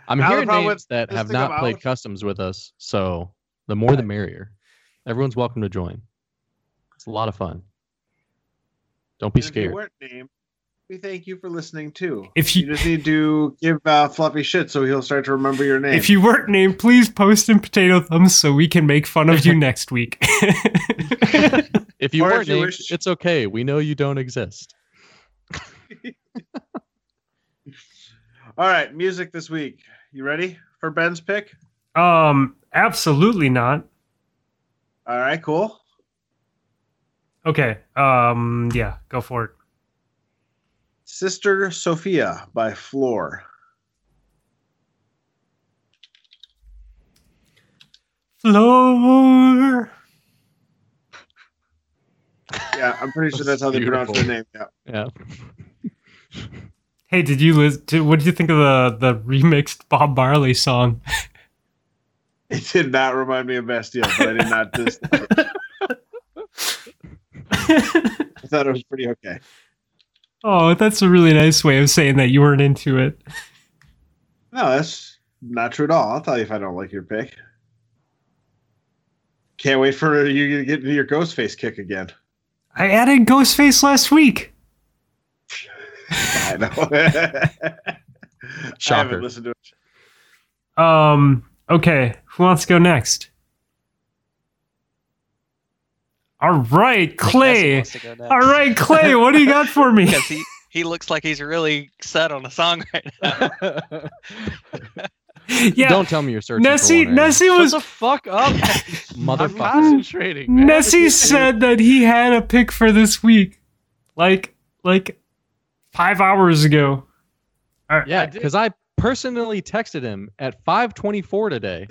I'm
Now the
hearing
problem
names
with
that
this
have
thing
not
about-
played customs with us. So the more the merrier. Everyone's welcome to join. It's a lot of fun. Don't be
if you
scared.
weren't named, we thank you for listening too.
If
You
you
just need to give uh, Fluffy shit so he'll start to remember your name.
if you weren't named, please post in Potato Thumbs so we can make fun of you next week.
If you
Or if
weren't
you
named,
wish-
it's okay. We know you don't exist.
All right, music this week. You ready for Ben's pick?
um, absolutely not.
All right, cool.
Okay. Um. Yeah. Go for it.
Sister Sophia by Floor.
Floor.
Yeah, I'm pretty sure that's how they pronounce their name. Yeah.
Yeah.
Hey, did you lis- did, What did you think of the the remixed Bob Marley song?
It did not remind me of Bastille, but I did not dis- I thought it was pretty okay.
oh, that's a really nice way of saying that you weren't into it.
No, that's not true at all. I'll tell you if I don't like your pick. Can't wait for you to get your ghost face kick again.
I added Ghostface last week.
I know. I
Shocker.
haven't listened to it.
Um. Okay. Who wants to go next? All right, Clay. All right, Clay. What do you got for me?
Because he, he looks like he's really set on a song right now.
yeah.
Don't tell me you're searching.
Nessie.
for one, Aaron.
Nessie
Shut
was
the fuck up, I'm
Motherfucker.
concentrating. man.
Nessie said that he had a pick for this week, like like five hours ago.
Yeah,
I did.
because I personally texted him at 5:24 today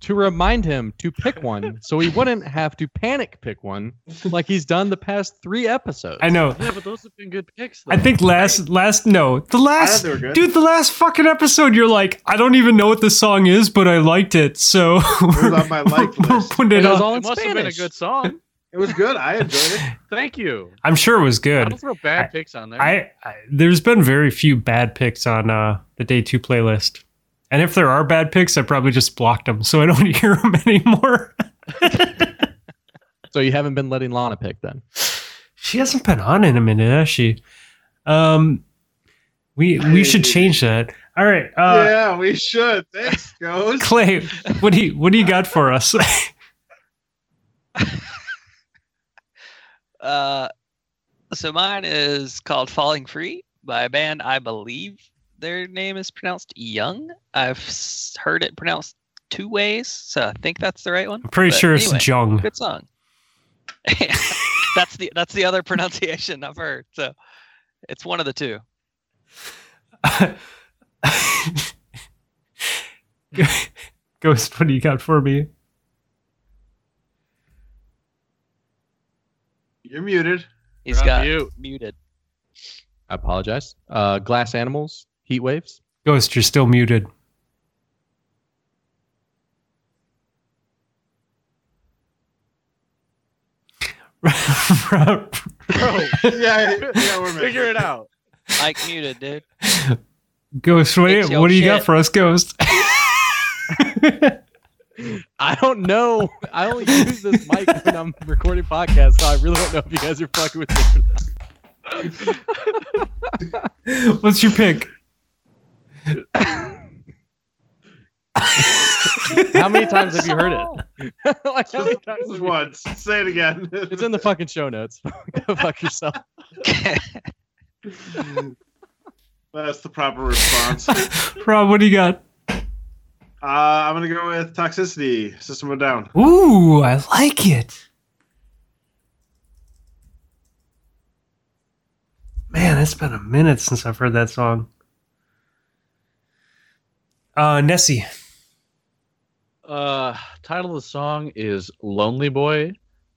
to remind him to pick one, so he wouldn't have to panic pick one like he's done the past three episodes.
I know.
Yeah, but those have been good picks. Though.
I think last last no the
I thought
last
they were good.
dude the last fucking episode you're like I don't even know what this song is but I liked it so
It was on my like
we're
list.
putting it
It was
on.
all
it
in
must have been a
Spanish.
good song.
It was good. I enjoyed it.
Thank you.
I'm sure it was
I
good.
don't throw bad picks on there.
I, I there's been very few bad picks on uh, the day two playlist, and if there are bad picks, I probably just blocked them so I don't hear them anymore.
So you haven't been letting Lana pick then.
She hasn't been on in a minute, has she? Um, we we should change that. All right, uh,
yeah, we should. Thanks, Ghost.
Clay, what do you what do you got for us?
Uh, so mine is called Falling Free by a band I believe their name is pronounced Young. I've s- heard it pronounced two ways, so I think that's the right one.
I'm pretty
But
sure it's
anyway,
Jung.
Good song. that's the that's the other pronunciation I've heard. So it's one of the two.
Ghost, what do you got for me?
You're muted.
He's
You're on
got
mute.
muted.
I apologize. Uh, glass animals, heat waves.
Ghost, you're still muted.
yeah, yeah, we're muted.
Figure it out.
Mike muted, dude.
Ghost,
Fix
what,
your
what do you got
shit.
for us, Ghost?
I don't know. I only use this mic when I'm recording podcasts, so I really don't know if you guys are fucking with me. or not.
What's your pick?
How many times have you heard it? like, how many
Just,
times have
just
you-
once. Say it again.
It's in the fucking show notes. Go fuck yourself.
That's the proper response. uh,
Rob, what do you got?
I'm gonna go with toxicity. System of a down.
Ooh, I like it. Man, it's been a minute since I've heard that song. Uh, Nessie.
Uh, title of the song is Lonely Boy.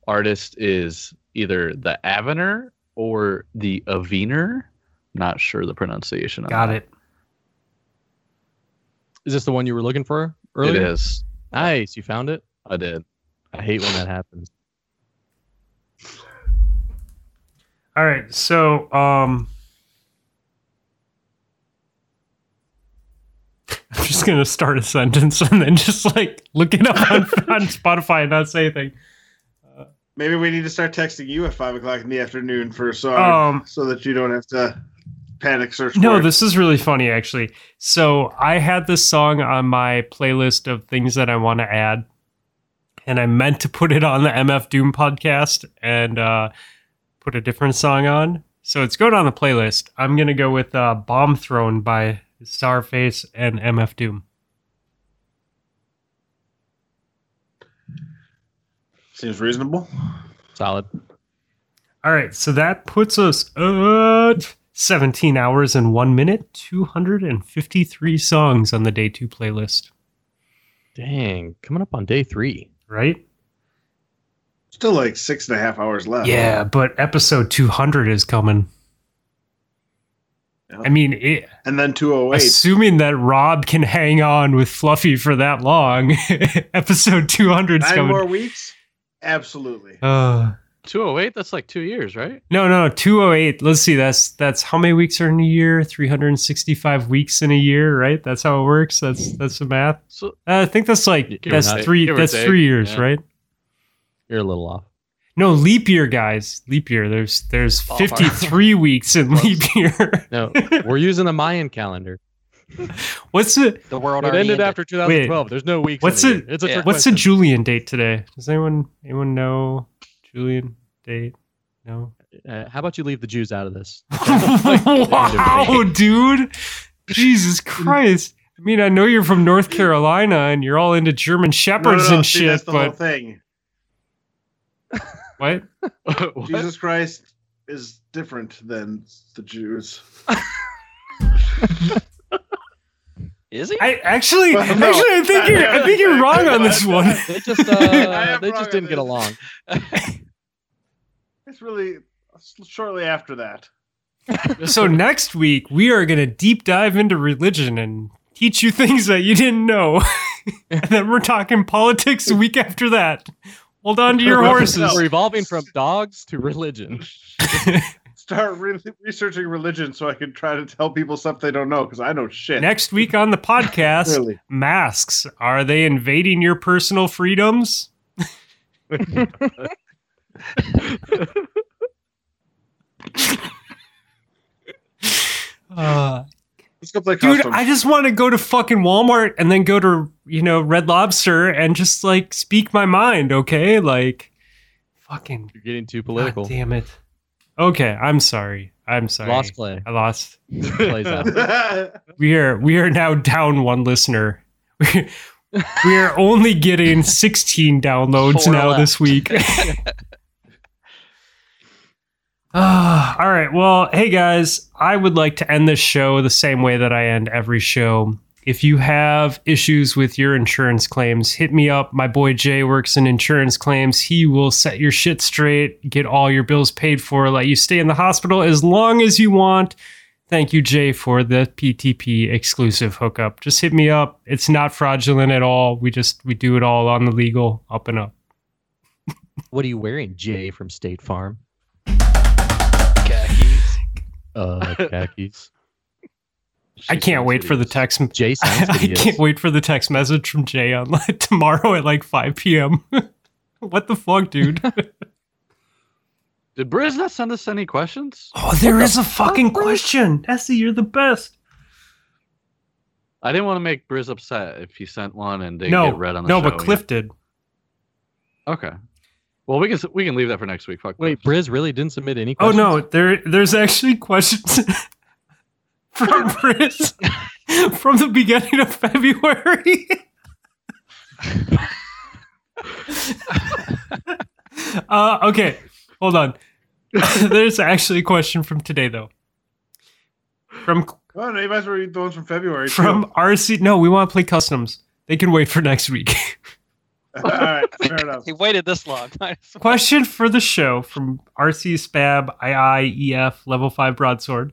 Artist is either the Avener or the Avener. Not sure the pronunciation. on
Got
that.
it.
Is this the one you were looking for earlier?
It is.
Nice. You found it?
I did.
I hate when that happens.
All right, so um, I'm just gonna start a sentence and then just like look it up on, on Spotify and not say anything.
Maybe we need to start texting you at five o'clock in the afternoon for a song,
Um,
so that you don't have to panic search.
No,
for it.
this is really funny actually. So I had this song on my playlist of things that I want to add, and I meant to put it on the MF Doom podcast and uh, put a different song on. So it's going on the playlist. I'm gonna go with uh, "Bomb Thrown" by Starface and MF Doom.
seems reasonable.
Solid.
All right, so that puts us at 17 hours and one minute, 253 songs on the day two playlist,
Dang. Coming up on day three.
right?
Still like six and a half hours left.
Yeah, but episode 200 is coming.
Yeah.
I mean, it,
and then two oh eight.
assuming that Rob can hang on with Fluffy for that long, episode 200 is
Nine
coming.
more weeks. Absolutely.
Uh,
208? That's like two years, right?
no, no, 208. Let's see. That's that's how many weeks are in a year? 365 weeks in a year, right? That's how it works. That's that's the math.
So
Uh, I think that's like
Give or
that's
take.
three.
Give or
That's
take,
three years,
yeah.
right?
You're a little off.
No, leap year, guys. Leap year. There's there's
Ballpark.
53 weeks in
Close.
leap year.
No, we're using the Mayan calendar.
What's it?
The world
It
already
ended
ended
after 2012. There's no weeks. in
What's
a
it-
year. It's a
yeah.
trick
What's the
question.
Julian date today? Does anyone anyone know Julian date? No.
Uh, how about you leave the Jews out of this?
wow, dude! Jesus Christ! I mean, I know you're from North Carolina and you're all into German
No, no,
shepherds
no,
and
see,
shit,
that's the whole
but
thing.
what?
What?
Jesus Christ is different than the Jews.
Is he?
I actually,
Well, no.
actually, I think you're, I think you're wrong on this one.
They just
I
uh,
am
they
wrong on
just didn't get
this.
along.
It's really shortly after that.
So next week we are going to deep dive into religion and teach you things that you didn't know. and then we're talking politics a week after that. Hold on to your horses.
We're evolving from dogs to religion.
Start re- researching religion so I can try to tell people stuff they don't know because I know shit.
Next week on the podcast,
Really.
masks. Are they invading your personal freedoms?
go play
Dude,
custom.
I just want to go to fucking Walmart and then go to, you know, Red Lobster and just like speak my mind, okay? Like fucking
You're getting too
God
political.
damn it. Okay, I'm sorry. I'm sorry.
Lost play.
I lost.
Plays out.
We are we are now down one listener. We, we are only getting 16 downloads
Four
now this week. Ah, all right. Well, hey guys, I would like to end this show the same way that I end every show. If you have issues with your insurance claims, hit me up. My boy Jay works in insurance claims. He will set your shit straight, get all your bills paid for, let you stay in the hospital as long as you want. Thank you, Jay, for the PTP exclusive hookup. Just hit me up. It's not fraudulent at all. We just we do it all on the legal up and up.
What are you wearing, Jay from State Farm?
Khakis.
Uh, khakis.
I can't wait for the text
Jay sounds
I
hideous.
can't wait for the text message from Jay on like, tomorrow at like 5 p.m. what the fuck, dude?
Did Briz not send us any questions?
oh, there is a fucking question. Essie, you're the best.
I didn't want to make Briz upset if he sent one and didn't
No,
get read on the
no,
show.
but Cliff did.
Okay. Well, we can s- we can leave that for next week. Fuck.
Wait,
Cliff.
Briz really didn't submit any
Oh
questions?
no, there there's actually questions from Chris from the beginning of February. uh, okay, hold on. there's actually a question from today though. From
oh, no, you might as well read the ones from February. too.
from RC. No, we want to play customs. They can wait for next week.
All right, fair enough.
He waited this long.
Question for the show from RC Spab IIEF Level 5 Broadsword.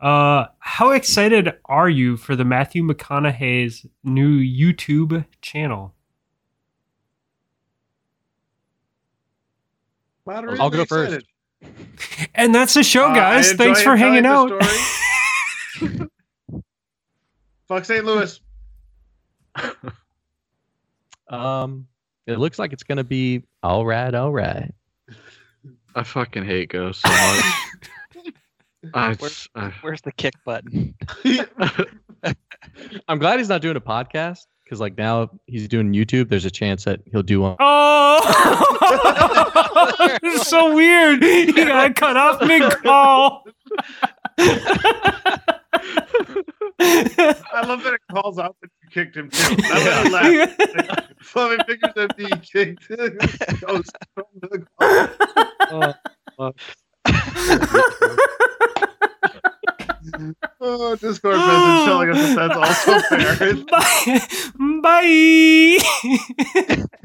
Uh, how excited are you for the Matthew McConaughey's new YouTube channel?
Moderately
I'll go first.
excited.
And that's the show,
Uh, I
guys.
enjoy
Thanks for
telling
hanging out.
the story. Fuck St. Louis.
Um, it looks like it's going to be all right, all right.
I fucking hate ghosts so much. I, just- I-
Where's the kick button?
I'm glad he's not doing a podcast because, like, now he's doing YouTube. There's a chance that he'll do one.
Oh, it's so weird. You got cut off mid call.
I love that it calls out that you kicked him too. That made me laugh. Fluffy figures that he kicked. Oh, so good. oh, Discord message telling us that that's also fair.
Bye. Bye.